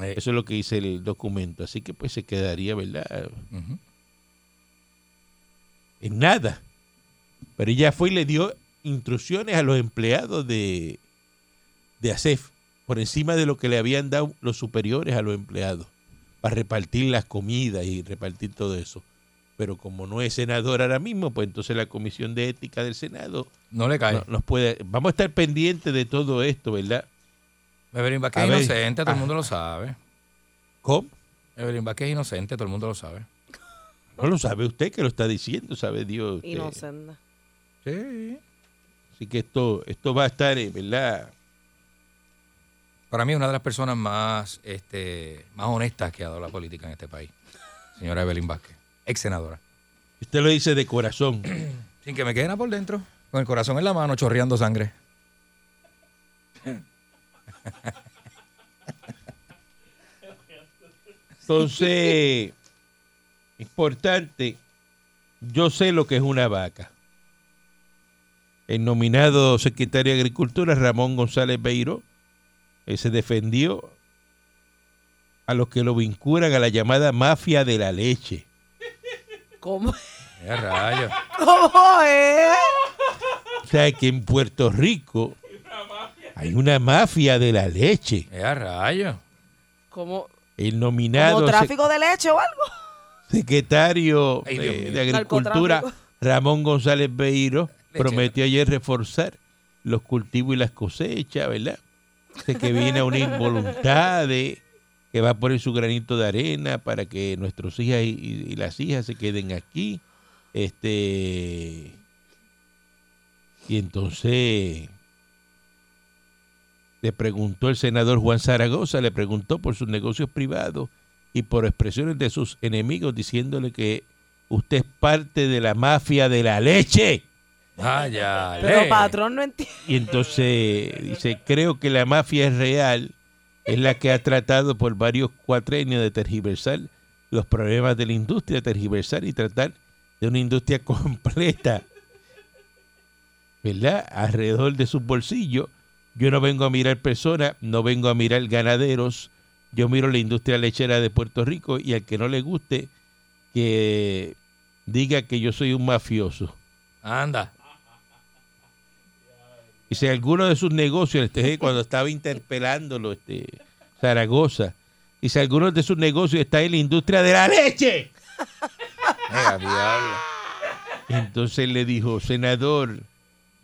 [SPEAKER 5] Eh,
[SPEAKER 3] Eso es lo que dice el documento. Así que pues se quedaría, ¿verdad?
[SPEAKER 5] ujú.
[SPEAKER 3] En nada. Pero ella fue y le dio instrucciones a los empleados de, de ASEF por encima de lo que le habían dado los superiores a los empleados para repartir las comidas y repartir todo eso. Pero como no es senador ahora mismo, pues entonces la Comisión de Ética del Senado
[SPEAKER 5] No le cae.
[SPEAKER 3] no- nos puede... Vamos a estar pendientes de todo esto, ¿verdad?
[SPEAKER 5] Evelyn Vázquez
[SPEAKER 3] A
[SPEAKER 5] es
[SPEAKER 3] ver.
[SPEAKER 5] inocente, todo el
[SPEAKER 3] Ah.
[SPEAKER 5] mundo lo sabe.
[SPEAKER 3] ¿Cómo?
[SPEAKER 5] Evelyn Vázquez es inocente, todo el mundo lo sabe.
[SPEAKER 3] No lo sabe usted que lo está diciendo, sabe Dios. usted.
[SPEAKER 4] Inocente.
[SPEAKER 5] Sí.
[SPEAKER 3] Así que esto, esto va a estar, eh, ¿verdad?
[SPEAKER 5] Para mí es una de las personas más, este, más honestas que ha dado la política en este país. Señora Evelyn Vázquez, ex senadora.
[SPEAKER 3] Usted lo dice de corazón.
[SPEAKER 5] Sin que me queden a por dentro, con el corazón en la mano, chorreando sangre.
[SPEAKER 3] Entonces, importante, yo sé lo que es una vaca. El nominado secretario de Agricultura, Ramón González Beiró, eh, se defendió a los que lo vinculan a la llamada mafia de la leche.
[SPEAKER 4] ¿Cómo,
[SPEAKER 5] Ya rayos.
[SPEAKER 4] ¿Cómo es?
[SPEAKER 3] O sea, que en Puerto Rico hay una mafia de la leche.
[SPEAKER 5] Ya rayos.
[SPEAKER 4] ¿Cómo,
[SPEAKER 3] El
[SPEAKER 4] ¿Como
[SPEAKER 3] nominado sec-
[SPEAKER 4] tráfico de leche o algo?
[SPEAKER 3] secretario
[SPEAKER 5] Ay, Dios
[SPEAKER 3] eh,
[SPEAKER 5] mío.
[SPEAKER 3] de Agricultura
[SPEAKER 4] Narcotráfico.
[SPEAKER 3] Ramón González Beiro
[SPEAKER 5] Lechero.
[SPEAKER 3] prometió ayer reforzar los cultivos y las cosechas, ¿verdad? Sé que viene a unir voluntades, que va a poner su granito de arena para que nuestros hijas y, y- y las hijas se queden aquí. Este y entonces le preguntó el senador Juan Zaragoza, le preguntó por sus negocios privados y por expresiones de sus enemigos diciéndole que usted es parte de la mafia de la leche.
[SPEAKER 5] Vaya.
[SPEAKER 4] Pero
[SPEAKER 5] le.
[SPEAKER 4] patrón no entiende.
[SPEAKER 3] Y entonces dice, creo que la mafia es real, es la que ha tratado por varios cuatrenios de tergiversar los problemas de la industria, tergiversar y tratar de una industria completa ¿verdad? Alrededor de sus bolsillos. Yo no vengo a mirar personas, no vengo a mirar ganaderos. Yo miro la industria lechera de Puerto Rico y al que no le guste, que diga que yo soy un mafioso.
[SPEAKER 5] Anda.
[SPEAKER 3] Y si alguno de sus negocios, este, cuando estaba interpelándolo este, Zaragoza, y si alguno de sus negocios está en la industria de la leche.
[SPEAKER 5] Venga, diablo.
[SPEAKER 3] Entonces le dijo, senador,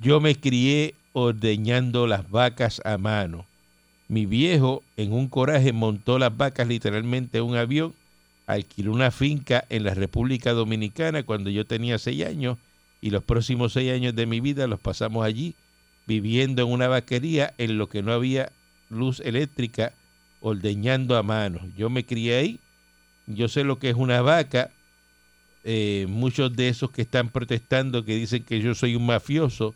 [SPEAKER 3] yo me crié ordeñando las vacas a mano. Mi viejo, en un coraje, montó las vacas literalmente en un avión, alquiló una finca en la República Dominicana cuando yo tenía seis años y los próximos seis años de mi vida los pasamos allí, viviendo en una vaquería en lo que no había luz eléctrica, ordeñando a mano. Yo me crié ahí, yo sé lo que es una vaca, eh, muchos de esos que están protestando, que dicen que yo soy un mafioso,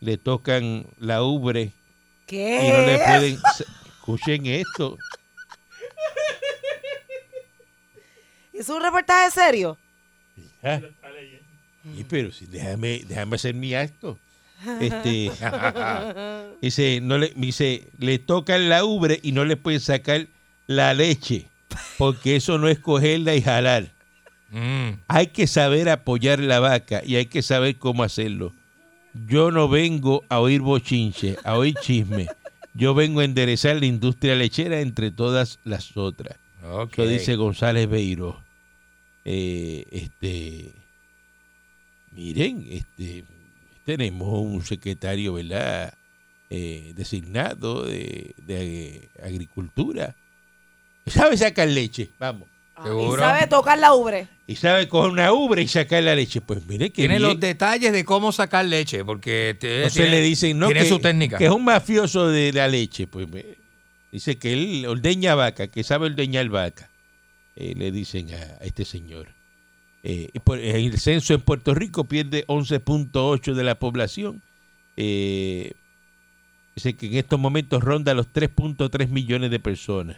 [SPEAKER 3] le tocan la ubre
[SPEAKER 4] ¿Qué?
[SPEAKER 3] y no le pueden... Escuchen esto.
[SPEAKER 4] ¿Es un reportaje serio?
[SPEAKER 3] Ah. Y pero si déjame, déjame hacer mi acto. Este, dice, no le, dice, le tocan la ubre y no le pueden sacar la leche, porque eso no es cogerla y jalar.
[SPEAKER 5] Mm.
[SPEAKER 3] Hay que saber apoyar la vaca y hay que saber cómo hacerlo. Yo no vengo a oír bochinche, a oír chisme. Yo vengo a enderezar la industria lechera entre todas las otras.
[SPEAKER 5] Ok.
[SPEAKER 3] Eso dice González Beiro. Eh, este, miren, este, tenemos un secretario, ¿verdad? Eh, designado de, de agricultura. Sabe sacar leche, vamos.
[SPEAKER 4] Ah, Y
[SPEAKER 5] ¿Seguro?
[SPEAKER 4] sabe tocar la ubre.
[SPEAKER 3] Y sabe coger una ubre y sacar la leche. Pues mire que
[SPEAKER 5] Tiene los
[SPEAKER 3] bien.
[SPEAKER 5] detalles de cómo sacar leche, porque te-
[SPEAKER 3] Entonces
[SPEAKER 5] tiene-
[SPEAKER 3] le dicen, no,
[SPEAKER 5] tiene
[SPEAKER 3] que,
[SPEAKER 5] su técnica.
[SPEAKER 3] que es un mafioso de la leche. Pues me- dice que él ordeña vaca, que sabe ordeñar vaca. Eh, le dicen a, a este señor. Eh, y por- eh, el censo en Puerto Rico pierde 11.8 de la población. Eh, dice que en estos momentos ronda los 3.3 millones de personas.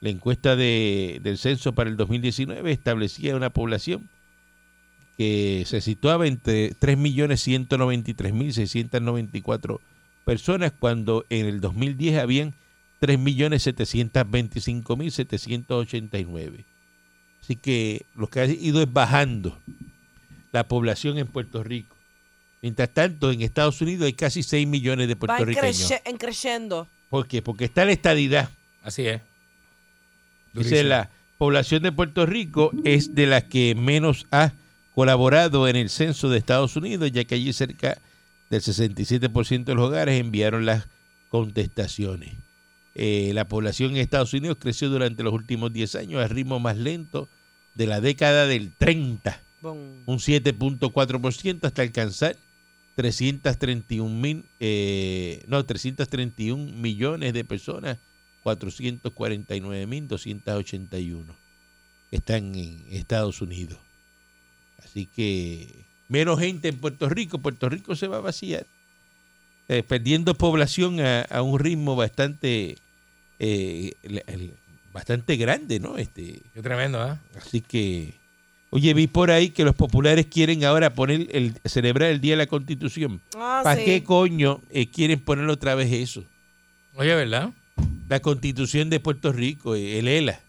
[SPEAKER 3] La encuesta de- del censo para el 2019 establecía una población que se situaba entre 3.193.694 personas cuando en el 2010 habían 3.725.789. Así que lo que ha ido es bajando la población en Puerto Rico. Mientras tanto, en Estados Unidos hay casi 6 millones de
[SPEAKER 4] Va en
[SPEAKER 3] puertorriqueños.
[SPEAKER 4] crece- en creciendo.
[SPEAKER 3] ¿Por qué? Porque está la estadidad.
[SPEAKER 5] Así es.
[SPEAKER 3] Dice,
[SPEAKER 5] Durísimo.
[SPEAKER 3] la población de Puerto Rico es de las que menos ha colaborado en el censo de Estados Unidos, ya que allí cerca del 67% de los hogares enviaron las contestaciones. Eh, la población en Estados Unidos creció durante los últimos 10 años al ritmo más lento de la década del 30
[SPEAKER 4] Bum.
[SPEAKER 3] un 7.4% hasta alcanzar 331 mil, eh, no, 331 millones de personas, 449.281 están en Estados Unidos. Así que menos gente en Puerto Rico, Puerto Rico se va a vaciar, eh, perdiendo población a, a un ritmo bastante, eh, el- el- bastante grande, ¿no? Este,
[SPEAKER 5] Qué tremendo, ¿eh?
[SPEAKER 3] Así que, oye, vi por ahí que los populares quieren ahora poner el celebrar el Día de la Constitución.
[SPEAKER 4] Ah,
[SPEAKER 3] ¿Para
[SPEAKER 4] sí.
[SPEAKER 3] qué coño eh, quieren poner otra vez eso?
[SPEAKER 5] Oye, ¿verdad?
[SPEAKER 3] La Constitución de Puerto Rico, eh, el ELA.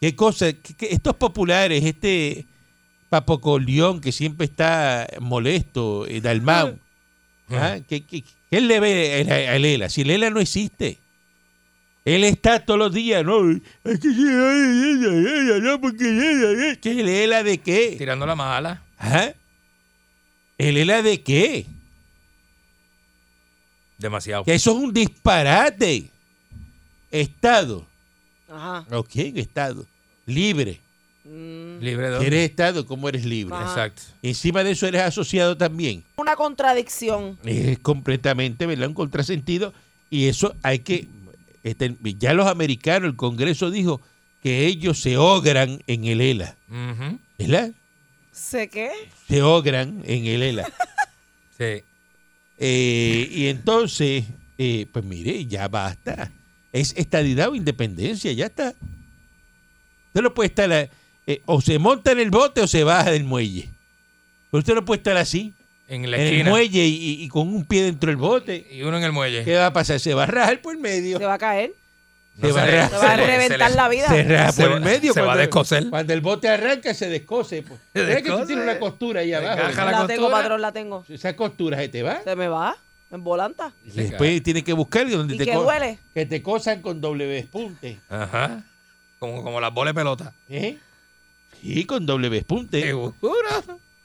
[SPEAKER 3] ¿Qué cosa? ¿Qué- qué- estos populares, este Papo Colión que siempre está molesto, eh, Dalmau, ¿ah? ¿Qué, qué, qué le ve el- al ELA? Si el ELA no existe. Él está todos los días, ¿no? Es que sí, ay, ay, ay, ay, ay, porque, ay, ay, ay. ¿Qué el ELA de qué?
[SPEAKER 5] Tirando la mala.
[SPEAKER 3] ¿Ah? ¿El ELA de qué?
[SPEAKER 5] Demasiado.
[SPEAKER 3] Que eso es un disparate. Estado.
[SPEAKER 4] Ajá.
[SPEAKER 3] Ok, Estado. Libre.
[SPEAKER 4] Mm.
[SPEAKER 5] Libre de Ah.
[SPEAKER 3] Eres Estado, ¿cómo eres libre?
[SPEAKER 4] Ajá.
[SPEAKER 5] Exacto.
[SPEAKER 3] Encima de eso eres asociado también.
[SPEAKER 4] Una contradicción.
[SPEAKER 3] Es completamente, ¿verdad? Un contrasentido. Y eso hay que... este, ya los americanos, el Congreso dijo que ellos se ogran en el ELA.
[SPEAKER 5] Ujú.
[SPEAKER 3] ¿Verdad?
[SPEAKER 4] ¿Sé qué?
[SPEAKER 3] Se ogran en el E ELA.
[SPEAKER 5] Sí.
[SPEAKER 3] Eh, y entonces, eh, pues mire, ya basta. Es estadidad o independencia, ya está. Usted no puede estar, eh, o se monta en el bote o se baja del muelle. Pero usted no puede estar así.
[SPEAKER 5] en la
[SPEAKER 3] en el
[SPEAKER 5] esquina.
[SPEAKER 3] muelle y, y con un pie dentro del bote.
[SPEAKER 5] Y uno en el muelle.
[SPEAKER 3] ¿Qué va a pasar? Se va a rajar por medio.
[SPEAKER 4] Se va a caer.
[SPEAKER 5] No
[SPEAKER 3] se va a
[SPEAKER 5] le-
[SPEAKER 3] ra-
[SPEAKER 4] Se va a
[SPEAKER 5] le- le-
[SPEAKER 4] reventar la vida.
[SPEAKER 3] Se raja
[SPEAKER 5] Se
[SPEAKER 3] por
[SPEAKER 5] va-
[SPEAKER 3] el medio.
[SPEAKER 5] se va a
[SPEAKER 3] cuando-
[SPEAKER 5] descoser.
[SPEAKER 3] Cuando el bote arranca, se descose. Pues.
[SPEAKER 5] Se
[SPEAKER 3] ¿Sabes que tú
[SPEAKER 5] descose.
[SPEAKER 3] tienes una costura ahí abajo?
[SPEAKER 5] encaja
[SPEAKER 3] ¿verdad?
[SPEAKER 4] La,
[SPEAKER 5] la
[SPEAKER 4] tengo,
[SPEAKER 5] costura.
[SPEAKER 4] patrón, la tengo.
[SPEAKER 3] Esa costura se te va.
[SPEAKER 4] Se me va en volanta.
[SPEAKER 3] Y Después tienes que buscar donde
[SPEAKER 4] ¿Y
[SPEAKER 3] te
[SPEAKER 4] qué
[SPEAKER 3] co-
[SPEAKER 4] huele?
[SPEAKER 3] que te cosan con doble despunte.
[SPEAKER 5] Ajá. Como, como las bolas de pelota.
[SPEAKER 3] ¿eh? Sí, con doble despunte.
[SPEAKER 5] Seguro.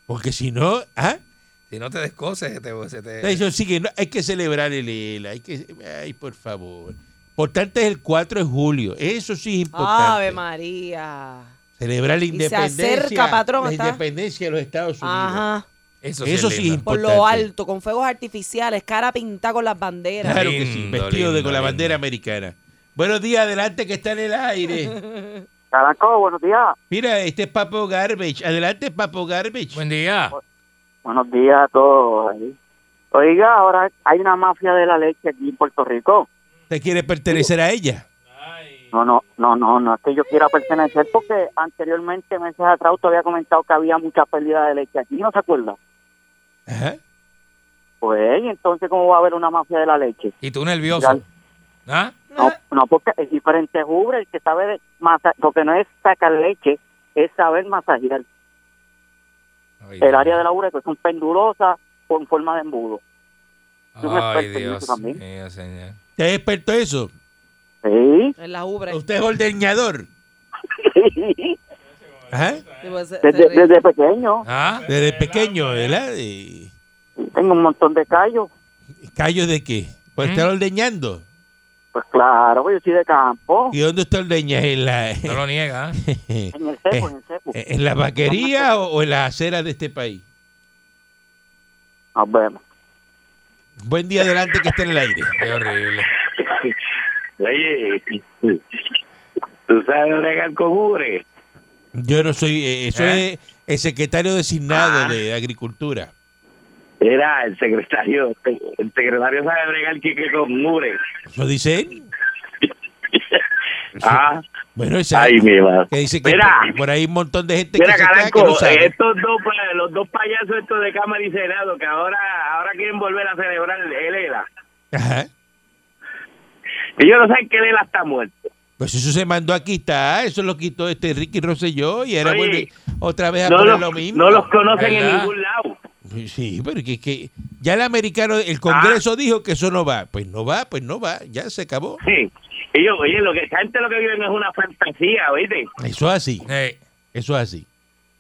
[SPEAKER 3] Porque si no,
[SPEAKER 5] Eh.
[SPEAKER 3] ¿ah?
[SPEAKER 5] Si no te descoses, se te- se te-
[SPEAKER 3] Eso sí que no- hay que celebrar el ELA. Hay que, ay, por favor. Importante es el 4 de julio. Eso sí es
[SPEAKER 4] Ave
[SPEAKER 3] importante.
[SPEAKER 4] María.
[SPEAKER 3] celebrar la
[SPEAKER 4] se
[SPEAKER 3] independencia.
[SPEAKER 4] acerca, patrón,
[SPEAKER 3] La
[SPEAKER 4] está.
[SPEAKER 3] independencia de los Estados Unidos.
[SPEAKER 4] Ajá.
[SPEAKER 5] Eso sí,
[SPEAKER 3] Eso
[SPEAKER 5] es
[SPEAKER 3] sí es
[SPEAKER 5] lindo.
[SPEAKER 4] Por
[SPEAKER 3] importante.
[SPEAKER 4] lo alto, con fuegos artificiales, cara pintada con las banderas.
[SPEAKER 3] Claro que sí.
[SPEAKER 5] Lindo,
[SPEAKER 3] Vestido de,
[SPEAKER 5] lindo,
[SPEAKER 3] con la bandera
[SPEAKER 5] lindo.
[SPEAKER 3] americana. Buenos días, adelante que está en el aire.
[SPEAKER 7] Caranco, buenos días.
[SPEAKER 3] Mira, este es Papo Garbage. Adelante, Papo Garbage.
[SPEAKER 5] Buen día.
[SPEAKER 7] Buenos días a todos. ahí. Oiga, ahora hay una mafia de la leche aquí en Puerto Rico.
[SPEAKER 3] ¿Te quiere pertenecer a ella?
[SPEAKER 7] No, no, no, no, no es que yo quiera pertenecer porque anteriormente, meses atrás, usted había comentado que había mucha pérdida de leche aquí, ¿no se acuerda?
[SPEAKER 3] Ajá.
[SPEAKER 7] Pues, ¿y entonces cómo va a haber una mafia de la leche?
[SPEAKER 5] Y tú
[SPEAKER 7] Ya.
[SPEAKER 5] nervioso. ¿Ah?
[SPEAKER 7] No, no porque es diferente jubre, el que sabe de masa, porque no es sacar leche, es saber masajear.
[SPEAKER 5] Ay,
[SPEAKER 7] El área de la uretra es un pendulosa con forma de embudo. Yo me
[SPEAKER 5] Ay,
[SPEAKER 7] experto en eso
[SPEAKER 5] Dios
[SPEAKER 7] también.
[SPEAKER 5] mío, señor.
[SPEAKER 3] ¿Te has experto eso?
[SPEAKER 7] Sí.
[SPEAKER 4] En las ubres.
[SPEAKER 3] Usted es ordeñador. Ajá.
[SPEAKER 4] Sí, pues, se- se
[SPEAKER 7] Desde,
[SPEAKER 4] ríe.
[SPEAKER 7] desde pequeño.
[SPEAKER 5] ¿Ah?
[SPEAKER 3] Desde pequeño, ¿verdad? Eh,
[SPEAKER 7] Tengo un montón de callos.
[SPEAKER 3] ¿Callos de qué? ¿Por
[SPEAKER 5] ¿Mm?
[SPEAKER 3] estar ordeñando?
[SPEAKER 7] Pues claro, pues yo soy de campo.
[SPEAKER 3] ¿Y dónde usted ordeña? ¿En la,
[SPEAKER 5] No lo niega. ¿eh?
[SPEAKER 7] En el cepo, en el cepo.
[SPEAKER 3] en la vaquería o, o en las aceras de este país?
[SPEAKER 7] Nos vemos.
[SPEAKER 3] Buen día, adelante que está en el aire.
[SPEAKER 5] Qué horrible.
[SPEAKER 8] Oye, ¿tú sabes regar con ubre?
[SPEAKER 3] Yo no soy, eh, soy
[SPEAKER 5] ¿Eh?
[SPEAKER 3] el secretario designado de Agricultura.
[SPEAKER 8] Era el secretario, el secretario sabe bregar que que con ubre.
[SPEAKER 3] ¿Eso dice él?
[SPEAKER 8] Ah,
[SPEAKER 3] Bueno, esa,
[SPEAKER 8] ay, mi madre.
[SPEAKER 3] que dice que
[SPEAKER 8] Mira.
[SPEAKER 3] por, por ahí hay un montón de gente
[SPEAKER 8] Mira,
[SPEAKER 3] que, se queja que
[SPEAKER 8] Caranco,
[SPEAKER 3] no sabe.
[SPEAKER 8] estos dos, pa- los dos payasos estos de Cámara y Senado que ahora, ahora quieren volver a celebrar el ELA.
[SPEAKER 3] Ajá.
[SPEAKER 8] Ellos no saben que el ELA está muerto.
[SPEAKER 3] Pues eso se mandó a quitar, eso lo quitó este Ricky Rosselló y ahora
[SPEAKER 8] Oye,
[SPEAKER 3] vuelve otra vez a
[SPEAKER 8] No
[SPEAKER 3] poner
[SPEAKER 8] los,
[SPEAKER 3] lo mismo.
[SPEAKER 8] no los conocen en
[SPEAKER 5] ¿Verdad?
[SPEAKER 8] ningún lado.
[SPEAKER 3] Sí, pero que, que ya el americano, el Congreso dijo que eso no va. Pues no va, pues no va, ya se acabó.
[SPEAKER 8] Sí. Ellos, oye, lo que, esa gente lo que viven es una fantasía, ¿oíste?
[SPEAKER 3] Eso es así,
[SPEAKER 5] Hey,
[SPEAKER 3] eso es así.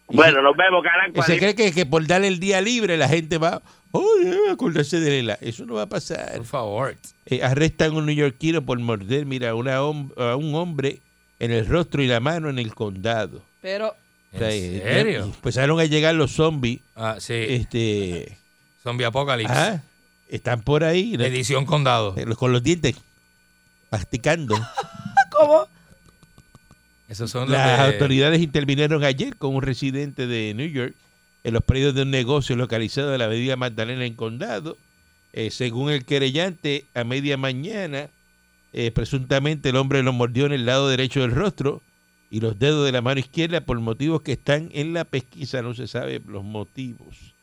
[SPEAKER 3] Y
[SPEAKER 8] Bueno, nos vemos, Caranco.
[SPEAKER 3] se, y se cree que, que por darle el día libre la gente va, oh, debe acordarse de Lela. Eso no va a pasar.
[SPEAKER 5] por favor.
[SPEAKER 3] Eh, arrestan a un neoyorquino por morder, mira, a una hom- a un hombre en el rostro y la mano en el condado.
[SPEAKER 4] Pero
[SPEAKER 5] ¿En
[SPEAKER 3] sea, eh,
[SPEAKER 5] serio?
[SPEAKER 3] y Empezaron a llegar los zombies.
[SPEAKER 5] Ah, sí.
[SPEAKER 3] Este,
[SPEAKER 5] Zombie Apocalypse.
[SPEAKER 3] ajá, están por ahí. ¿no?
[SPEAKER 5] Edición Condado.
[SPEAKER 3] Eh, los- con los dientes masticando.
[SPEAKER 4] ¿cómo?
[SPEAKER 5] Esos son los
[SPEAKER 3] Las
[SPEAKER 5] de-
[SPEAKER 3] autoridades intervinieron ayer con un residente de New York en los predios de un negocio localizado en la avenida Magdalena en Condado. Eh, según el querellante, a media mañana, eh, presuntamente el hombre lo mordió en el lado derecho del rostro y los dedos de la mano izquierda por motivos que están en la pesquisa, no se sabe los motivos.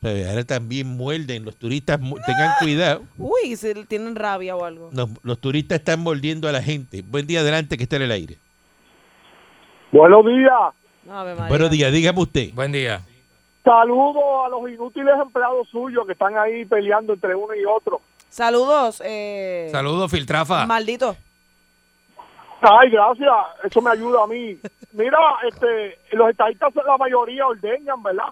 [SPEAKER 3] O sea, ahora también muerden, los turistas mu- tengan cuidado,
[SPEAKER 4] Uy, si tienen rabia o algo.
[SPEAKER 3] los, los turistas están mordiendo a la gente. Buen día adelante que está en el aire.
[SPEAKER 7] Buenos días.
[SPEAKER 4] Ave María.
[SPEAKER 3] Buenos días, dígame usted.
[SPEAKER 5] Buen día.
[SPEAKER 7] Saludos a los inútiles empleados suyos que están ahí peleando entre uno y otro.
[SPEAKER 4] Saludos. Eh,
[SPEAKER 5] Saludos, Filtrafa.
[SPEAKER 4] Maldito.
[SPEAKER 7] Ay, gracias. Eso me ayuda a mí. Mira, este, los estadistas la mayoría ordeñan, ¿verdad?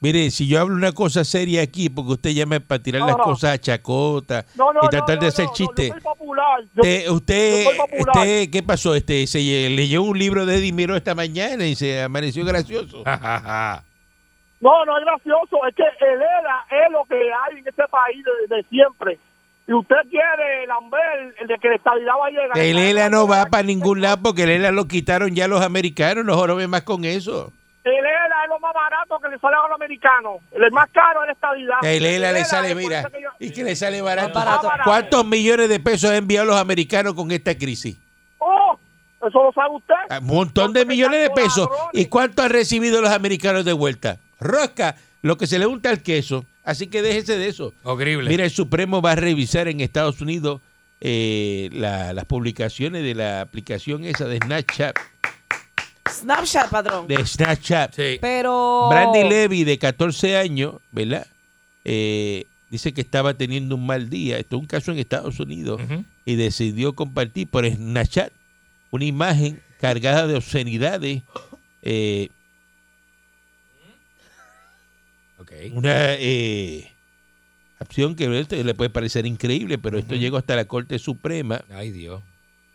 [SPEAKER 3] Mire, si yo hablo una cosa seria aquí, porque usted llama para tirar las
[SPEAKER 7] No, no.
[SPEAKER 3] cosas a chacota
[SPEAKER 7] No, no,
[SPEAKER 3] y tratar
[SPEAKER 7] no,
[SPEAKER 3] de
[SPEAKER 7] no,
[SPEAKER 3] hacer
[SPEAKER 7] no, no,
[SPEAKER 3] chistes.
[SPEAKER 7] yo soy popular. Yo-
[SPEAKER 3] usted, usted,
[SPEAKER 7] yo soy popular.
[SPEAKER 3] usted, ¿qué pasó? Este, se eh, leyó un libro de Edimiro esta mañana y se amaneció gracioso.
[SPEAKER 7] Ah.
[SPEAKER 5] Ja, ja, ja.
[SPEAKER 7] No, no es gracioso. Es que el ELA es lo que hay en este país desde siempre. Y usted quiere lamber el de que la estabilidad va a llegar.
[SPEAKER 3] El ELA no va para ningún lado porque el ELA lo quitaron ya los americanos, los jorobes más con eso.
[SPEAKER 7] El ELA es lo más barato que le sale a los americanos. El más caro es la estabilidad.
[SPEAKER 3] El ELA le sale,
[SPEAKER 7] Ah, es por
[SPEAKER 3] mira,
[SPEAKER 7] eso que yo-
[SPEAKER 3] y que le sale barato.
[SPEAKER 4] barato.
[SPEAKER 3] ¿Cuántos millones de pesos han enviado los americanos con esta crisis?
[SPEAKER 7] ¡Oh! Eso lo sabe usted.
[SPEAKER 3] Ah, Un montón de millones de pesos. ¿Y cuánto han recibido los americanos de vuelta? Rosca, lo que se le unta al queso. Así que déjese de eso.
[SPEAKER 5] Horrible.
[SPEAKER 3] Mira, el Supremo va a revisar en Estados Unidos eh, la- las publicaciones de la aplicación esa de Snapchat.
[SPEAKER 4] Snapchat, patrón.
[SPEAKER 3] De Snapchat.
[SPEAKER 5] Sí.
[SPEAKER 4] Pero.
[SPEAKER 3] Brandy Levy, de 14 años, ¿verdad? Eh, dice que estaba teniendo un mal día. Esto es un caso en Estados Unidos.
[SPEAKER 5] Ujú.
[SPEAKER 3] Y decidió compartir por Snapchat una imagen cargada de obscenidades. eh,
[SPEAKER 5] Ok.
[SPEAKER 3] una eh, acción que a usted le puede parecer increíble, pero esto llegó hasta la Corte Suprema
[SPEAKER 5] Ay, Dios.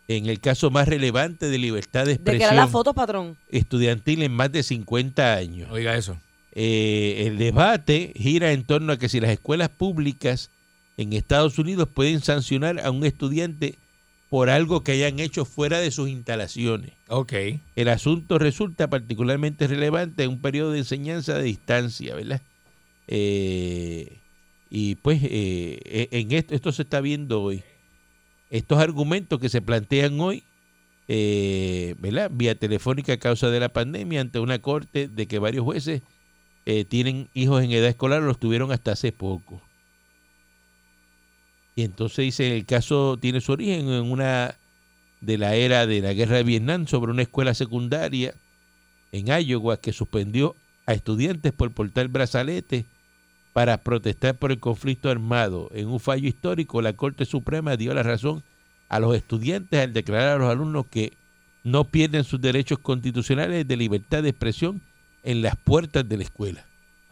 [SPEAKER 3] en el caso más relevante de libertad de
[SPEAKER 4] ¿De qué eran las
[SPEAKER 3] expresión
[SPEAKER 4] fotos, patrón?
[SPEAKER 3] estudiantil en más de 50 años.
[SPEAKER 5] Oiga eso.
[SPEAKER 3] Eh, el debate gira en torno a que si las escuelas públicas en Estados Unidos pueden sancionar a un estudiante por algo que hayan hecho fuera de sus instalaciones.
[SPEAKER 5] Ok.
[SPEAKER 3] El asunto resulta particularmente relevante en un periodo de enseñanza de distancia, ¿verdad? Eh, y pues eh, e- en esto, esto se está viendo hoy. Estos argumentos que se plantean hoy, eh, ¿verdad? Vía telefónica a causa de la pandemia ante una corte de que varios jueces eh, tienen hijos en edad escolar, los tuvieron hasta hace poco. Y entonces dice, el caso tiene su origen en una de la era de la guerra de Vietnam sobre una escuela secundaria en Iowa que suspendió a estudiantes por portar brazaletes para protestar por el conflicto armado. En un fallo histórico, la Corte Suprema dio la razón a los estudiantes al declarar a los alumnos que no pierden sus derechos constitucionales de libertad de expresión en las puertas de la escuela.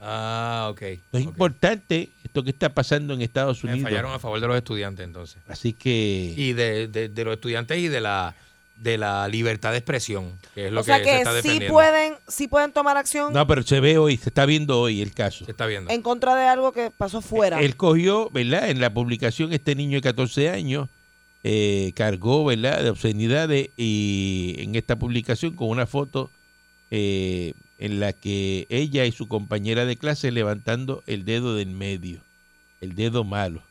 [SPEAKER 5] Ah, ok.
[SPEAKER 3] Es
[SPEAKER 5] Ok.
[SPEAKER 3] importante esto que está pasando en Estados
[SPEAKER 5] Me
[SPEAKER 3] Unidos.
[SPEAKER 5] fallaron a favor de los estudiantes entonces.
[SPEAKER 3] Así que...
[SPEAKER 5] Y de, de- de los estudiantes y de la de la libertad de expresión, que es lo
[SPEAKER 4] o sea
[SPEAKER 5] que, se
[SPEAKER 4] que
[SPEAKER 5] está
[SPEAKER 4] sí
[SPEAKER 5] defendiendo.
[SPEAKER 4] pueden, sí pueden tomar acción
[SPEAKER 3] No, pero se ve hoy, se está viendo hoy el caso.
[SPEAKER 5] Se está viendo.
[SPEAKER 4] en contra de algo que pasó fuera.
[SPEAKER 3] Él cogió, ¿verdad? En la publicación, este niño de 14 años eh, cargó, ¿verdad?, de obscenidades y en esta publicación con una foto eh, en la que ella y su compañera de clase levantando el dedo del medio, el dedo malo.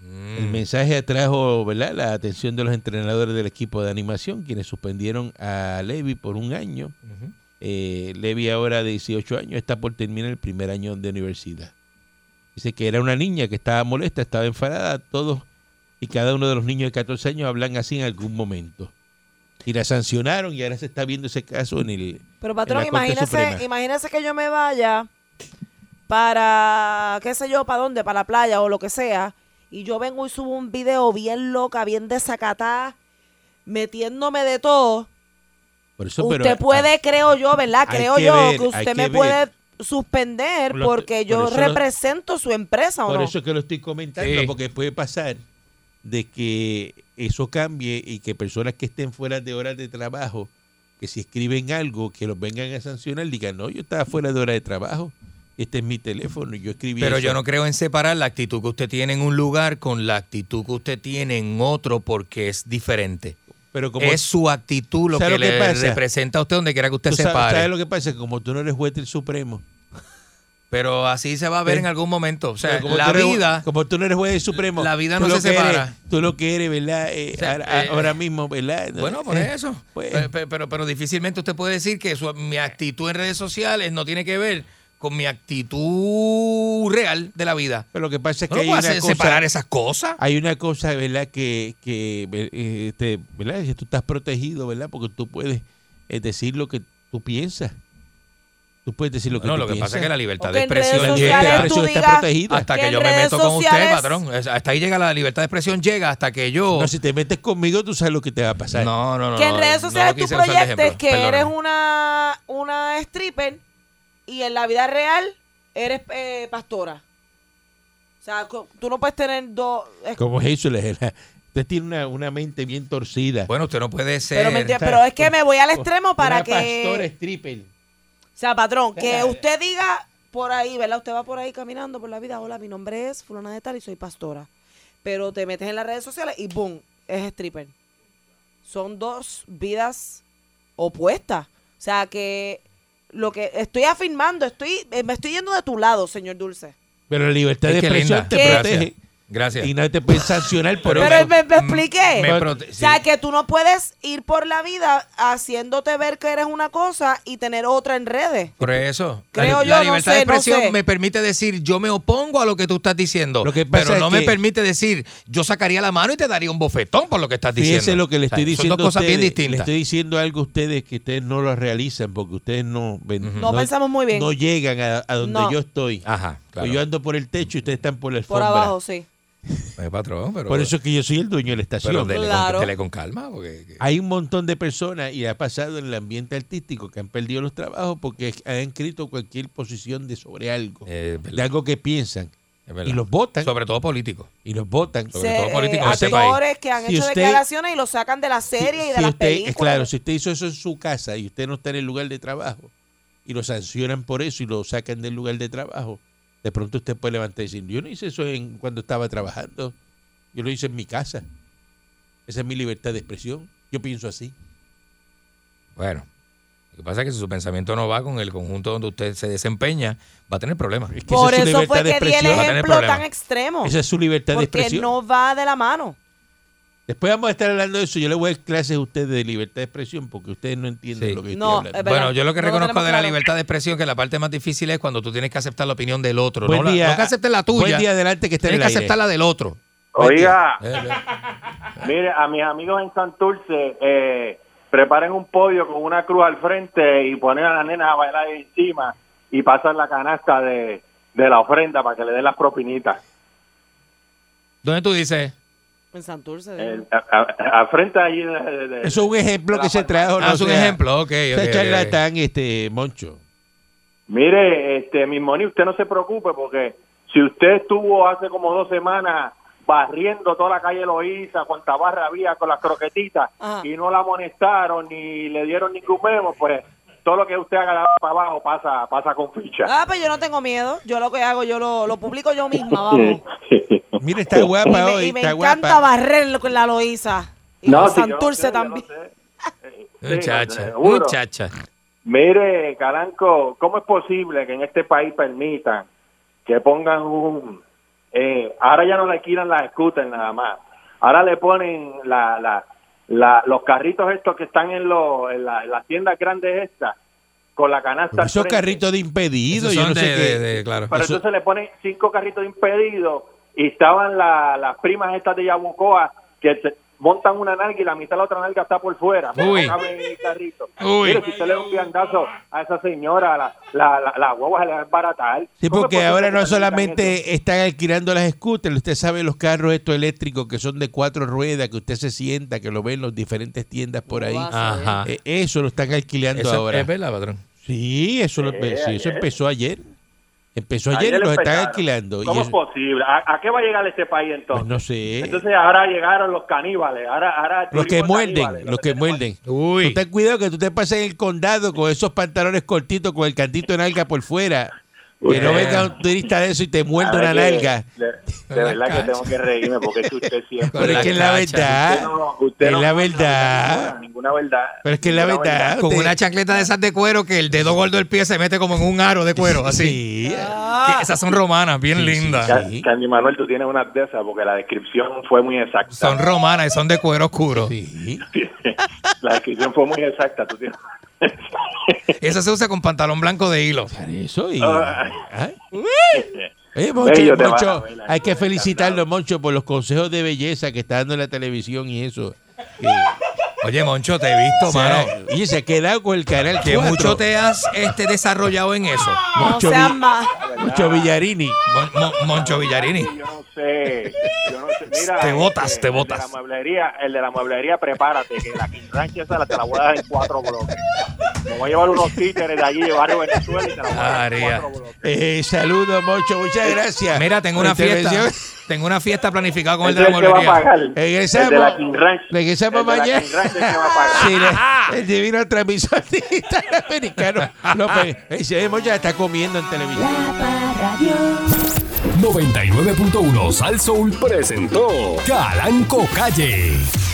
[SPEAKER 5] Mm.
[SPEAKER 3] El mensaje atrajo, ¿verdad?, la atención de los entrenadores del equipo de animación, quienes suspendieron a Levi por un año.
[SPEAKER 5] Ujú.
[SPEAKER 3] Eh, Levi ahora de 18 años está por terminar el primer año de universidad. Dice que era una niña que estaba molesta, estaba enfadada. Todos y cada uno de los niños de 14 años hablan así en algún momento. Y la sancionaron y ahora se está viendo ese caso en el...
[SPEAKER 4] Pero
[SPEAKER 3] en
[SPEAKER 4] patrón,
[SPEAKER 3] la Corte Suprema.
[SPEAKER 4] imagínese, imagínese que yo me vaya para, qué sé yo, para dónde, para la playa o lo que sea, y yo vengo y subo un video bien loca, bien desacatada, metiéndome de todo.
[SPEAKER 3] Por eso,
[SPEAKER 4] usted
[SPEAKER 3] pero-
[SPEAKER 4] puede, creo yo, ¿verdad?
[SPEAKER 3] hay
[SPEAKER 4] Creo
[SPEAKER 3] que
[SPEAKER 4] yo
[SPEAKER 3] ver,
[SPEAKER 4] que
[SPEAKER 3] hay
[SPEAKER 4] usted
[SPEAKER 3] que
[SPEAKER 4] me
[SPEAKER 3] ver.
[SPEAKER 4] puede suspender
[SPEAKER 3] Lo-
[SPEAKER 4] porque
[SPEAKER 3] por
[SPEAKER 4] yo
[SPEAKER 3] eso lo-
[SPEAKER 4] represento su empresa, ¿o
[SPEAKER 3] Por
[SPEAKER 4] no?
[SPEAKER 3] eso es que lo estoy comentando,
[SPEAKER 5] Sí.
[SPEAKER 3] porque puede pasar de que eso cambie y que personas que estén fuera de horas de trabajo, que si escriben algo, que los vengan a sancionar, digan, no, yo estaba fuera de hora de trabajo, este es mi teléfono, y yo escribí
[SPEAKER 5] Pero
[SPEAKER 3] eso".
[SPEAKER 5] yo no creo en separar la actitud que usted tiene en un lugar con la actitud que usted tiene en otro porque es diferente.
[SPEAKER 3] Pero como
[SPEAKER 5] Es su actitud lo que,
[SPEAKER 3] ¿Sabe lo que
[SPEAKER 5] le
[SPEAKER 3] pasa?
[SPEAKER 5] representa a usted donde quiera que usted
[SPEAKER 3] tú
[SPEAKER 5] se
[SPEAKER 3] sabes,
[SPEAKER 5] pare.
[SPEAKER 3] ¿sabes lo que pasa? Como tú no eres juez del Supremo.
[SPEAKER 5] Pero así se va a ver
[SPEAKER 3] Sí.
[SPEAKER 5] en algún momento. O sea,
[SPEAKER 3] Eh, pero como
[SPEAKER 5] la
[SPEAKER 3] tú no eres-
[SPEAKER 5] vida...
[SPEAKER 3] como tú no eres juez del Supremo.
[SPEAKER 5] la vida
[SPEAKER 3] tú
[SPEAKER 5] no
[SPEAKER 3] lo
[SPEAKER 5] se
[SPEAKER 3] que
[SPEAKER 5] separa.
[SPEAKER 3] eres- tú lo que eres, ¿verdad? Eh,
[SPEAKER 5] sea,
[SPEAKER 3] ahora,
[SPEAKER 5] eh,
[SPEAKER 3] ahora mismo, ¿verdad?
[SPEAKER 5] Bueno, por
[SPEAKER 3] Eh,
[SPEAKER 5] eso.
[SPEAKER 3] pues-
[SPEAKER 5] Pe- pe- pero, pero difícilmente usted puede decir que su- mi actitud en redes sociales no tiene que ver con mi actitud real de la vida.
[SPEAKER 3] Pero lo que pasa es que
[SPEAKER 5] ¿No lo
[SPEAKER 3] hay
[SPEAKER 5] puedo
[SPEAKER 3] una
[SPEAKER 5] hacer
[SPEAKER 3] cosa- Ah,
[SPEAKER 5] separar esas cosas?
[SPEAKER 3] hay una cosa, ¿verdad? Que, que eh, este, ¿verdad? Que tú estás protegido, ¿verdad? Porque tú puedes eh, decir lo que tú piensas. Tú puedes decir lo que
[SPEAKER 5] No,
[SPEAKER 3] tú
[SPEAKER 5] lo que
[SPEAKER 3] piensas.
[SPEAKER 5] pasa es que la libertad
[SPEAKER 4] O
[SPEAKER 5] de
[SPEAKER 4] que en redes
[SPEAKER 5] expresión
[SPEAKER 3] sociales
[SPEAKER 5] llega
[SPEAKER 3] tú expresión está
[SPEAKER 4] digas
[SPEAKER 3] protegida.
[SPEAKER 5] hasta que,
[SPEAKER 4] en
[SPEAKER 5] yo me
[SPEAKER 4] redes
[SPEAKER 5] meto con usted,
[SPEAKER 4] sociales-
[SPEAKER 5] patrón. Es- Hasta ahí llega la libertad de expresión, llega hasta que yo...
[SPEAKER 3] No, si te metes conmigo, tú sabes lo que te va a pasar.
[SPEAKER 5] no, no, no.
[SPEAKER 4] que en
[SPEAKER 5] no,
[SPEAKER 4] redes
[SPEAKER 5] no
[SPEAKER 4] sociales
[SPEAKER 5] quise
[SPEAKER 4] tú
[SPEAKER 5] usar de
[SPEAKER 4] proyectes
[SPEAKER 5] ejemplo,
[SPEAKER 4] que eres
[SPEAKER 5] perdóname.
[SPEAKER 4] una, una stripper y en la vida real eres eh, pastora. O sea, co- tú no puedes tener dos... es-
[SPEAKER 3] Como Jesús, le- la- usted tiene una, una mente bien torcida.
[SPEAKER 5] Bueno, usted no puede ser...
[SPEAKER 4] pero, me entiendes, pero es que me voy al extremo para
[SPEAKER 3] Una pastora
[SPEAKER 4] que...
[SPEAKER 3] stripper.
[SPEAKER 4] O sea, patrón, que
[SPEAKER 3] Claro.
[SPEAKER 4] usted diga por ahí, ¿verdad? Usted va por ahí caminando por la vida, hola, mi nombre es fulana de tal y soy pastora. Pero te metes en las redes sociales y boom, es stripper. Son dos vidas opuestas. O sea, que lo que estoy afirmando, estoy eh, me estoy yendo de tu lado, señor Dulce.
[SPEAKER 3] Pero la libertad
[SPEAKER 5] Ay,
[SPEAKER 3] de
[SPEAKER 5] qué
[SPEAKER 3] expresión
[SPEAKER 5] linda.
[SPEAKER 3] te
[SPEAKER 4] ¿Qué?
[SPEAKER 3] protege.
[SPEAKER 5] Gracias.
[SPEAKER 3] Y nadie te puede sancionar por
[SPEAKER 5] Pero
[SPEAKER 3] eso.
[SPEAKER 4] Pero
[SPEAKER 5] me-
[SPEAKER 4] me, me expliqué.
[SPEAKER 5] me prote-
[SPEAKER 4] o sea,
[SPEAKER 5] sí.
[SPEAKER 4] que tú no puedes ir por la vida haciéndote ver que eres una cosa y tener otra en redes.
[SPEAKER 5] Por eso.
[SPEAKER 4] Creo
[SPEAKER 5] la,
[SPEAKER 4] yo,
[SPEAKER 5] la
[SPEAKER 4] no
[SPEAKER 5] libertad de
[SPEAKER 4] sé, no
[SPEAKER 5] expresión
[SPEAKER 4] sé.
[SPEAKER 5] me permite decir, yo me opongo a lo que tú estás diciendo.
[SPEAKER 3] Lo que pasa
[SPEAKER 5] pero
[SPEAKER 3] es
[SPEAKER 5] no
[SPEAKER 3] que-
[SPEAKER 5] me permite decir, yo sacaría la mano y te daría un bofetón por lo que estás diciendo.
[SPEAKER 3] Fíjense lo que le
[SPEAKER 5] O sea,
[SPEAKER 3] estoy diciendo.
[SPEAKER 5] Son dos cosas
[SPEAKER 3] a ustedes.
[SPEAKER 5] bien distintas.
[SPEAKER 3] Le estoy diciendo algo a ustedes que ustedes no lo realizan porque ustedes no, ven-
[SPEAKER 4] No pensamos muy bien.
[SPEAKER 3] No llegan a, a donde
[SPEAKER 4] No.
[SPEAKER 3] yo estoy.
[SPEAKER 5] Ajá,
[SPEAKER 3] Pues
[SPEAKER 5] claro.
[SPEAKER 3] Yo ando por el techo y ustedes están por la
[SPEAKER 5] Pues,
[SPEAKER 4] Por
[SPEAKER 3] alfombra.
[SPEAKER 4] abajo, sí.
[SPEAKER 5] Eh, patrón, pero,
[SPEAKER 3] Por eso es que yo soy el dueño de la estación.
[SPEAKER 5] pero dele,
[SPEAKER 4] Claro.
[SPEAKER 5] con, dele con calma. Porque, que-
[SPEAKER 3] Hay un montón de personas y ha pasado en el ambiente artístico que han perdido los trabajos porque han escrito cualquier posición de sobre algo,
[SPEAKER 5] Eh, es
[SPEAKER 3] de
[SPEAKER 5] verdad,
[SPEAKER 3] algo que piensan
[SPEAKER 5] es verdad.
[SPEAKER 3] y los votan
[SPEAKER 5] Sobre todo políticos.
[SPEAKER 3] y los votan.
[SPEAKER 5] Sobre todo políticos de
[SPEAKER 4] eh,
[SPEAKER 5] este
[SPEAKER 4] actores que han
[SPEAKER 3] Si
[SPEAKER 4] hecho
[SPEAKER 3] usted-
[SPEAKER 4] declaraciones y los sacan de la serie y de
[SPEAKER 3] Si
[SPEAKER 4] las
[SPEAKER 3] usted- es
[SPEAKER 4] películas.
[SPEAKER 3] Claro, si usted hizo eso en su casa y usted no está en el lugar de trabajo y lo sancionan por eso y lo sacan del lugar de trabajo, de pronto usted puede levantar y decir, yo no hice eso en, cuando estaba trabajando, yo lo hice en mi casa. Esa es mi libertad de expresión. Yo pienso así.
[SPEAKER 5] Bueno, lo que pasa es que si su pensamiento no va con el conjunto donde usted se desempeña, va a tener problemas.
[SPEAKER 3] Es que
[SPEAKER 4] Por
[SPEAKER 3] esa es su
[SPEAKER 4] eso
[SPEAKER 3] libertad de
[SPEAKER 4] fue que di el
[SPEAKER 3] expresión.
[SPEAKER 5] tener
[SPEAKER 4] ejemplo
[SPEAKER 5] problemas.
[SPEAKER 4] tan extremo.
[SPEAKER 3] Esa es su libertad de
[SPEAKER 4] Porque
[SPEAKER 3] expresión.
[SPEAKER 4] no va de la mano.
[SPEAKER 3] Después vamos a estar hablando de eso. Yo le voy a dar clases a ustedes de libertad de expresión porque ustedes no entienden
[SPEAKER 5] Sí.
[SPEAKER 3] lo que
[SPEAKER 4] No,
[SPEAKER 3] estoy hablando.
[SPEAKER 4] es verdad.
[SPEAKER 5] Bueno, yo lo que
[SPEAKER 4] No lo
[SPEAKER 5] reconozco
[SPEAKER 4] tenemos
[SPEAKER 5] de la
[SPEAKER 4] claro.
[SPEAKER 5] libertad de expresión que la parte más difícil es cuando tú tienes que aceptar la opinión del otro.
[SPEAKER 3] Buen
[SPEAKER 5] eh, no, la-
[SPEAKER 3] día.
[SPEAKER 5] no que aceptes la tuya.
[SPEAKER 3] Buen día, adelante, que esté en
[SPEAKER 5] tienes que
[SPEAKER 3] el aire.
[SPEAKER 5] aceptar la del otro.
[SPEAKER 8] Oiga,
[SPEAKER 5] Eh, eh.
[SPEAKER 8] mire, a mis amigos en Santurce, eh, preparen un podio con una cruz al frente y ponen a la nena a bailar ahí encima y pasan la canasta de, de la ofrenda para que le den las propinitas.
[SPEAKER 5] ¿Dónde tú dices?
[SPEAKER 4] En Santurce.
[SPEAKER 8] Eh,
[SPEAKER 4] de-
[SPEAKER 8] a- a- al frente allí de, de- de-
[SPEAKER 3] Eso es un e- ejemplo
[SPEAKER 8] de
[SPEAKER 3] que
[SPEAKER 8] la
[SPEAKER 3] se trajo.
[SPEAKER 5] Ah,
[SPEAKER 3] no
[SPEAKER 5] es un
[SPEAKER 3] sea-
[SPEAKER 5] ejemplo, ok. okay,
[SPEAKER 3] sea
[SPEAKER 5] ok, ok.
[SPEAKER 3] charlatán, este, Moncho.
[SPEAKER 8] Mire, este, mi Moni, usted no se preocupe porque si usted estuvo hace como dos semanas barriendo toda la calle Loíza, cuanta barra había con las croquetitas
[SPEAKER 4] Ajá.
[SPEAKER 8] y no la amonestaron ni le dieron ningún memo, pues todo lo que usted haga para abajo pasa pasa con ficha.
[SPEAKER 4] Ah, pues yo no tengo miedo. Yo lo que hago, yo lo, lo publico yo misma, vamos.
[SPEAKER 3] Mira, está
[SPEAKER 4] Y
[SPEAKER 3] guapa
[SPEAKER 4] me,
[SPEAKER 3] hoy,
[SPEAKER 4] y me
[SPEAKER 3] está
[SPEAKER 4] encanta
[SPEAKER 3] guapa.
[SPEAKER 4] barrer con la Loíza. Y con
[SPEAKER 8] si yo no
[SPEAKER 4] Santurce
[SPEAKER 8] sé, yo no
[SPEAKER 4] también.
[SPEAKER 8] sé. Eh, sí,
[SPEAKER 5] Muchacha,
[SPEAKER 8] seguro.
[SPEAKER 5] muchacha.
[SPEAKER 8] Mire, Caranco, ¿cómo es posible que en este país permitan que pongan un... eh, ahora ya no le quitan las scooters nada más. Ahora le ponen la, la- la- los carritos estos que están en, los en, la- en las tiendas grandes estas, con la canasta... al
[SPEAKER 3] Esos
[SPEAKER 8] frente.
[SPEAKER 3] carritos de impedido,
[SPEAKER 5] Esos
[SPEAKER 3] yo
[SPEAKER 5] son
[SPEAKER 3] no
[SPEAKER 5] de,
[SPEAKER 3] sé qué.
[SPEAKER 5] de- de- claro.
[SPEAKER 8] Pero
[SPEAKER 3] eso-
[SPEAKER 8] entonces le ponen cinco carritos de impedido y estaban la- las primas estas de Yabucoa que se- montan una nalga y la mitad de la otra nalga está por fuera. pero
[SPEAKER 5] Uy.
[SPEAKER 8] No cabe en el carrito.
[SPEAKER 5] Uy.
[SPEAKER 8] Mire, si usted le da un viandazo a esa señora, la, la, la, la guagua se le va a embaratar.
[SPEAKER 3] Sí,
[SPEAKER 8] ¿Cómo es
[SPEAKER 3] porque
[SPEAKER 8] posible
[SPEAKER 3] ahora
[SPEAKER 8] que
[SPEAKER 3] no
[SPEAKER 8] permitan eso?
[SPEAKER 3] solamente están alquilando las scooters, usted sabe los carros estos eléctricos que son de cuatro ruedas, que usted se sienta, que lo ven en las diferentes tiendas por ahí.
[SPEAKER 5] Ajá.
[SPEAKER 3] Eh, eso lo están alquilando
[SPEAKER 5] Ah. Eso
[SPEAKER 3] ahora.
[SPEAKER 5] es verdad, patrón.
[SPEAKER 3] Sí, eso, lo-
[SPEAKER 8] Eh,
[SPEAKER 3] sí, eso
[SPEAKER 8] ayer.
[SPEAKER 3] empezó ayer. Empezó ayer,
[SPEAKER 8] Ayer
[SPEAKER 3] y los están
[SPEAKER 8] empezaron.
[SPEAKER 3] alquilando. Y
[SPEAKER 8] ¿Cómo es
[SPEAKER 3] eso-
[SPEAKER 8] posible? ¿A, a qué va a llegar este país
[SPEAKER 3] pues
[SPEAKER 8] entonces?
[SPEAKER 3] no sé.
[SPEAKER 8] Entonces ahora llegaron los caníbales. Ahora, ahora el
[SPEAKER 3] los que
[SPEAKER 8] turismo
[SPEAKER 3] muerden,
[SPEAKER 8] caníbales,
[SPEAKER 3] los que
[SPEAKER 8] tenemos aquí.
[SPEAKER 3] muerden.
[SPEAKER 5] Uy.
[SPEAKER 3] Tú ten cuidado que tú te pases en el condado con esos pantalones cortitos, con el cantito de nalga por fuera. Que no
[SPEAKER 5] Bueno.
[SPEAKER 3] venga un turista de eso y te muerda
[SPEAKER 8] A
[SPEAKER 3] una
[SPEAKER 8] ver que-
[SPEAKER 3] nalga.
[SPEAKER 8] De, de verdad que tengo que reírme porque es que usted siempre...
[SPEAKER 5] Con
[SPEAKER 3] Pero es
[SPEAKER 5] la
[SPEAKER 3] que es la
[SPEAKER 5] cacha.
[SPEAKER 3] verdad.
[SPEAKER 8] Usted no- usted
[SPEAKER 3] es
[SPEAKER 8] no
[SPEAKER 3] la
[SPEAKER 8] habla de
[SPEAKER 3] verdad.
[SPEAKER 8] Ninguna, ninguna verdad.
[SPEAKER 3] Pero es que es la
[SPEAKER 8] Ninguna
[SPEAKER 3] verdad.
[SPEAKER 5] Con
[SPEAKER 3] usted-
[SPEAKER 5] una chancleta de esas de cuero que el dedo gordo del pie se mete como en un aro de cuero, así.
[SPEAKER 3] Sí.
[SPEAKER 5] Que esas son romanas, bien
[SPEAKER 3] Sí, sí,
[SPEAKER 5] lindas.
[SPEAKER 3] sí.
[SPEAKER 8] Ca- Candy Manuel, tú tienes unas de esas porque la descripción fue muy exacta.
[SPEAKER 5] Son romanas y son de cuero oscuro.
[SPEAKER 3] sí.
[SPEAKER 8] La descripción fue muy exacta. Tú tienes...
[SPEAKER 5] Esa se usa con pantalón blanco de hilo.
[SPEAKER 3] Para eso y.
[SPEAKER 8] Ah.
[SPEAKER 3] Ay. Oye, Moncho,
[SPEAKER 8] Bello te vas a
[SPEAKER 3] Moncho,
[SPEAKER 8] ver,
[SPEAKER 3] hay que
[SPEAKER 8] encantado.
[SPEAKER 3] felicitarlo, Moncho, por los consejos de belleza que está dando en la televisión y eso. Que-
[SPEAKER 5] Oye, Moncho, te he visto,
[SPEAKER 3] o sea,
[SPEAKER 5] mano.
[SPEAKER 3] oye, se ha quedado con el canal
[SPEAKER 5] Que
[SPEAKER 3] cuatro.
[SPEAKER 5] mucho te has este, desarrollado en eso.
[SPEAKER 4] No
[SPEAKER 3] Moncho,
[SPEAKER 4] seas
[SPEAKER 3] Vi-
[SPEAKER 4] más.
[SPEAKER 3] Moncho Villarini.
[SPEAKER 8] Ah.
[SPEAKER 5] Mon- Mon- Moncho Villarini.
[SPEAKER 8] Yo no sé. Yo no sé. Mira,
[SPEAKER 5] Te botas,
[SPEAKER 8] este,
[SPEAKER 5] te
[SPEAKER 8] El de
[SPEAKER 5] botas.
[SPEAKER 8] la mueblería, el de la mueblería prepárate, que la rancha esa la te la voy a dar en cuatro bloques. Me voy a llevar unos títeres de allí de barrio Venezuela y te la voy a dar en
[SPEAKER 5] María.
[SPEAKER 8] cuatro bloques.
[SPEAKER 3] Eh, saludos, Moncho, muchas gracias.
[SPEAKER 5] Mira, tengo una
[SPEAKER 3] Por
[SPEAKER 5] fiesta.
[SPEAKER 3] intervención.
[SPEAKER 5] Tengo una fiesta planificada con el de
[SPEAKER 8] Ese
[SPEAKER 5] la
[SPEAKER 8] es el que va a
[SPEAKER 5] mueblería. Eh,
[SPEAKER 8] pagar.
[SPEAKER 3] Regresamos.
[SPEAKER 8] El de la King Ranch.
[SPEAKER 3] Regresamos
[SPEAKER 8] El de la
[SPEAKER 3] mañana.
[SPEAKER 8] King Ranch es el que va a pagar.
[SPEAKER 3] Sí, la- el divino transmisor digital americano. López, ese Moncho ya está comiendo en televisión.
[SPEAKER 9] La Parradio.
[SPEAKER 1] 99.1 Sal Soul presentó Calanco Calle.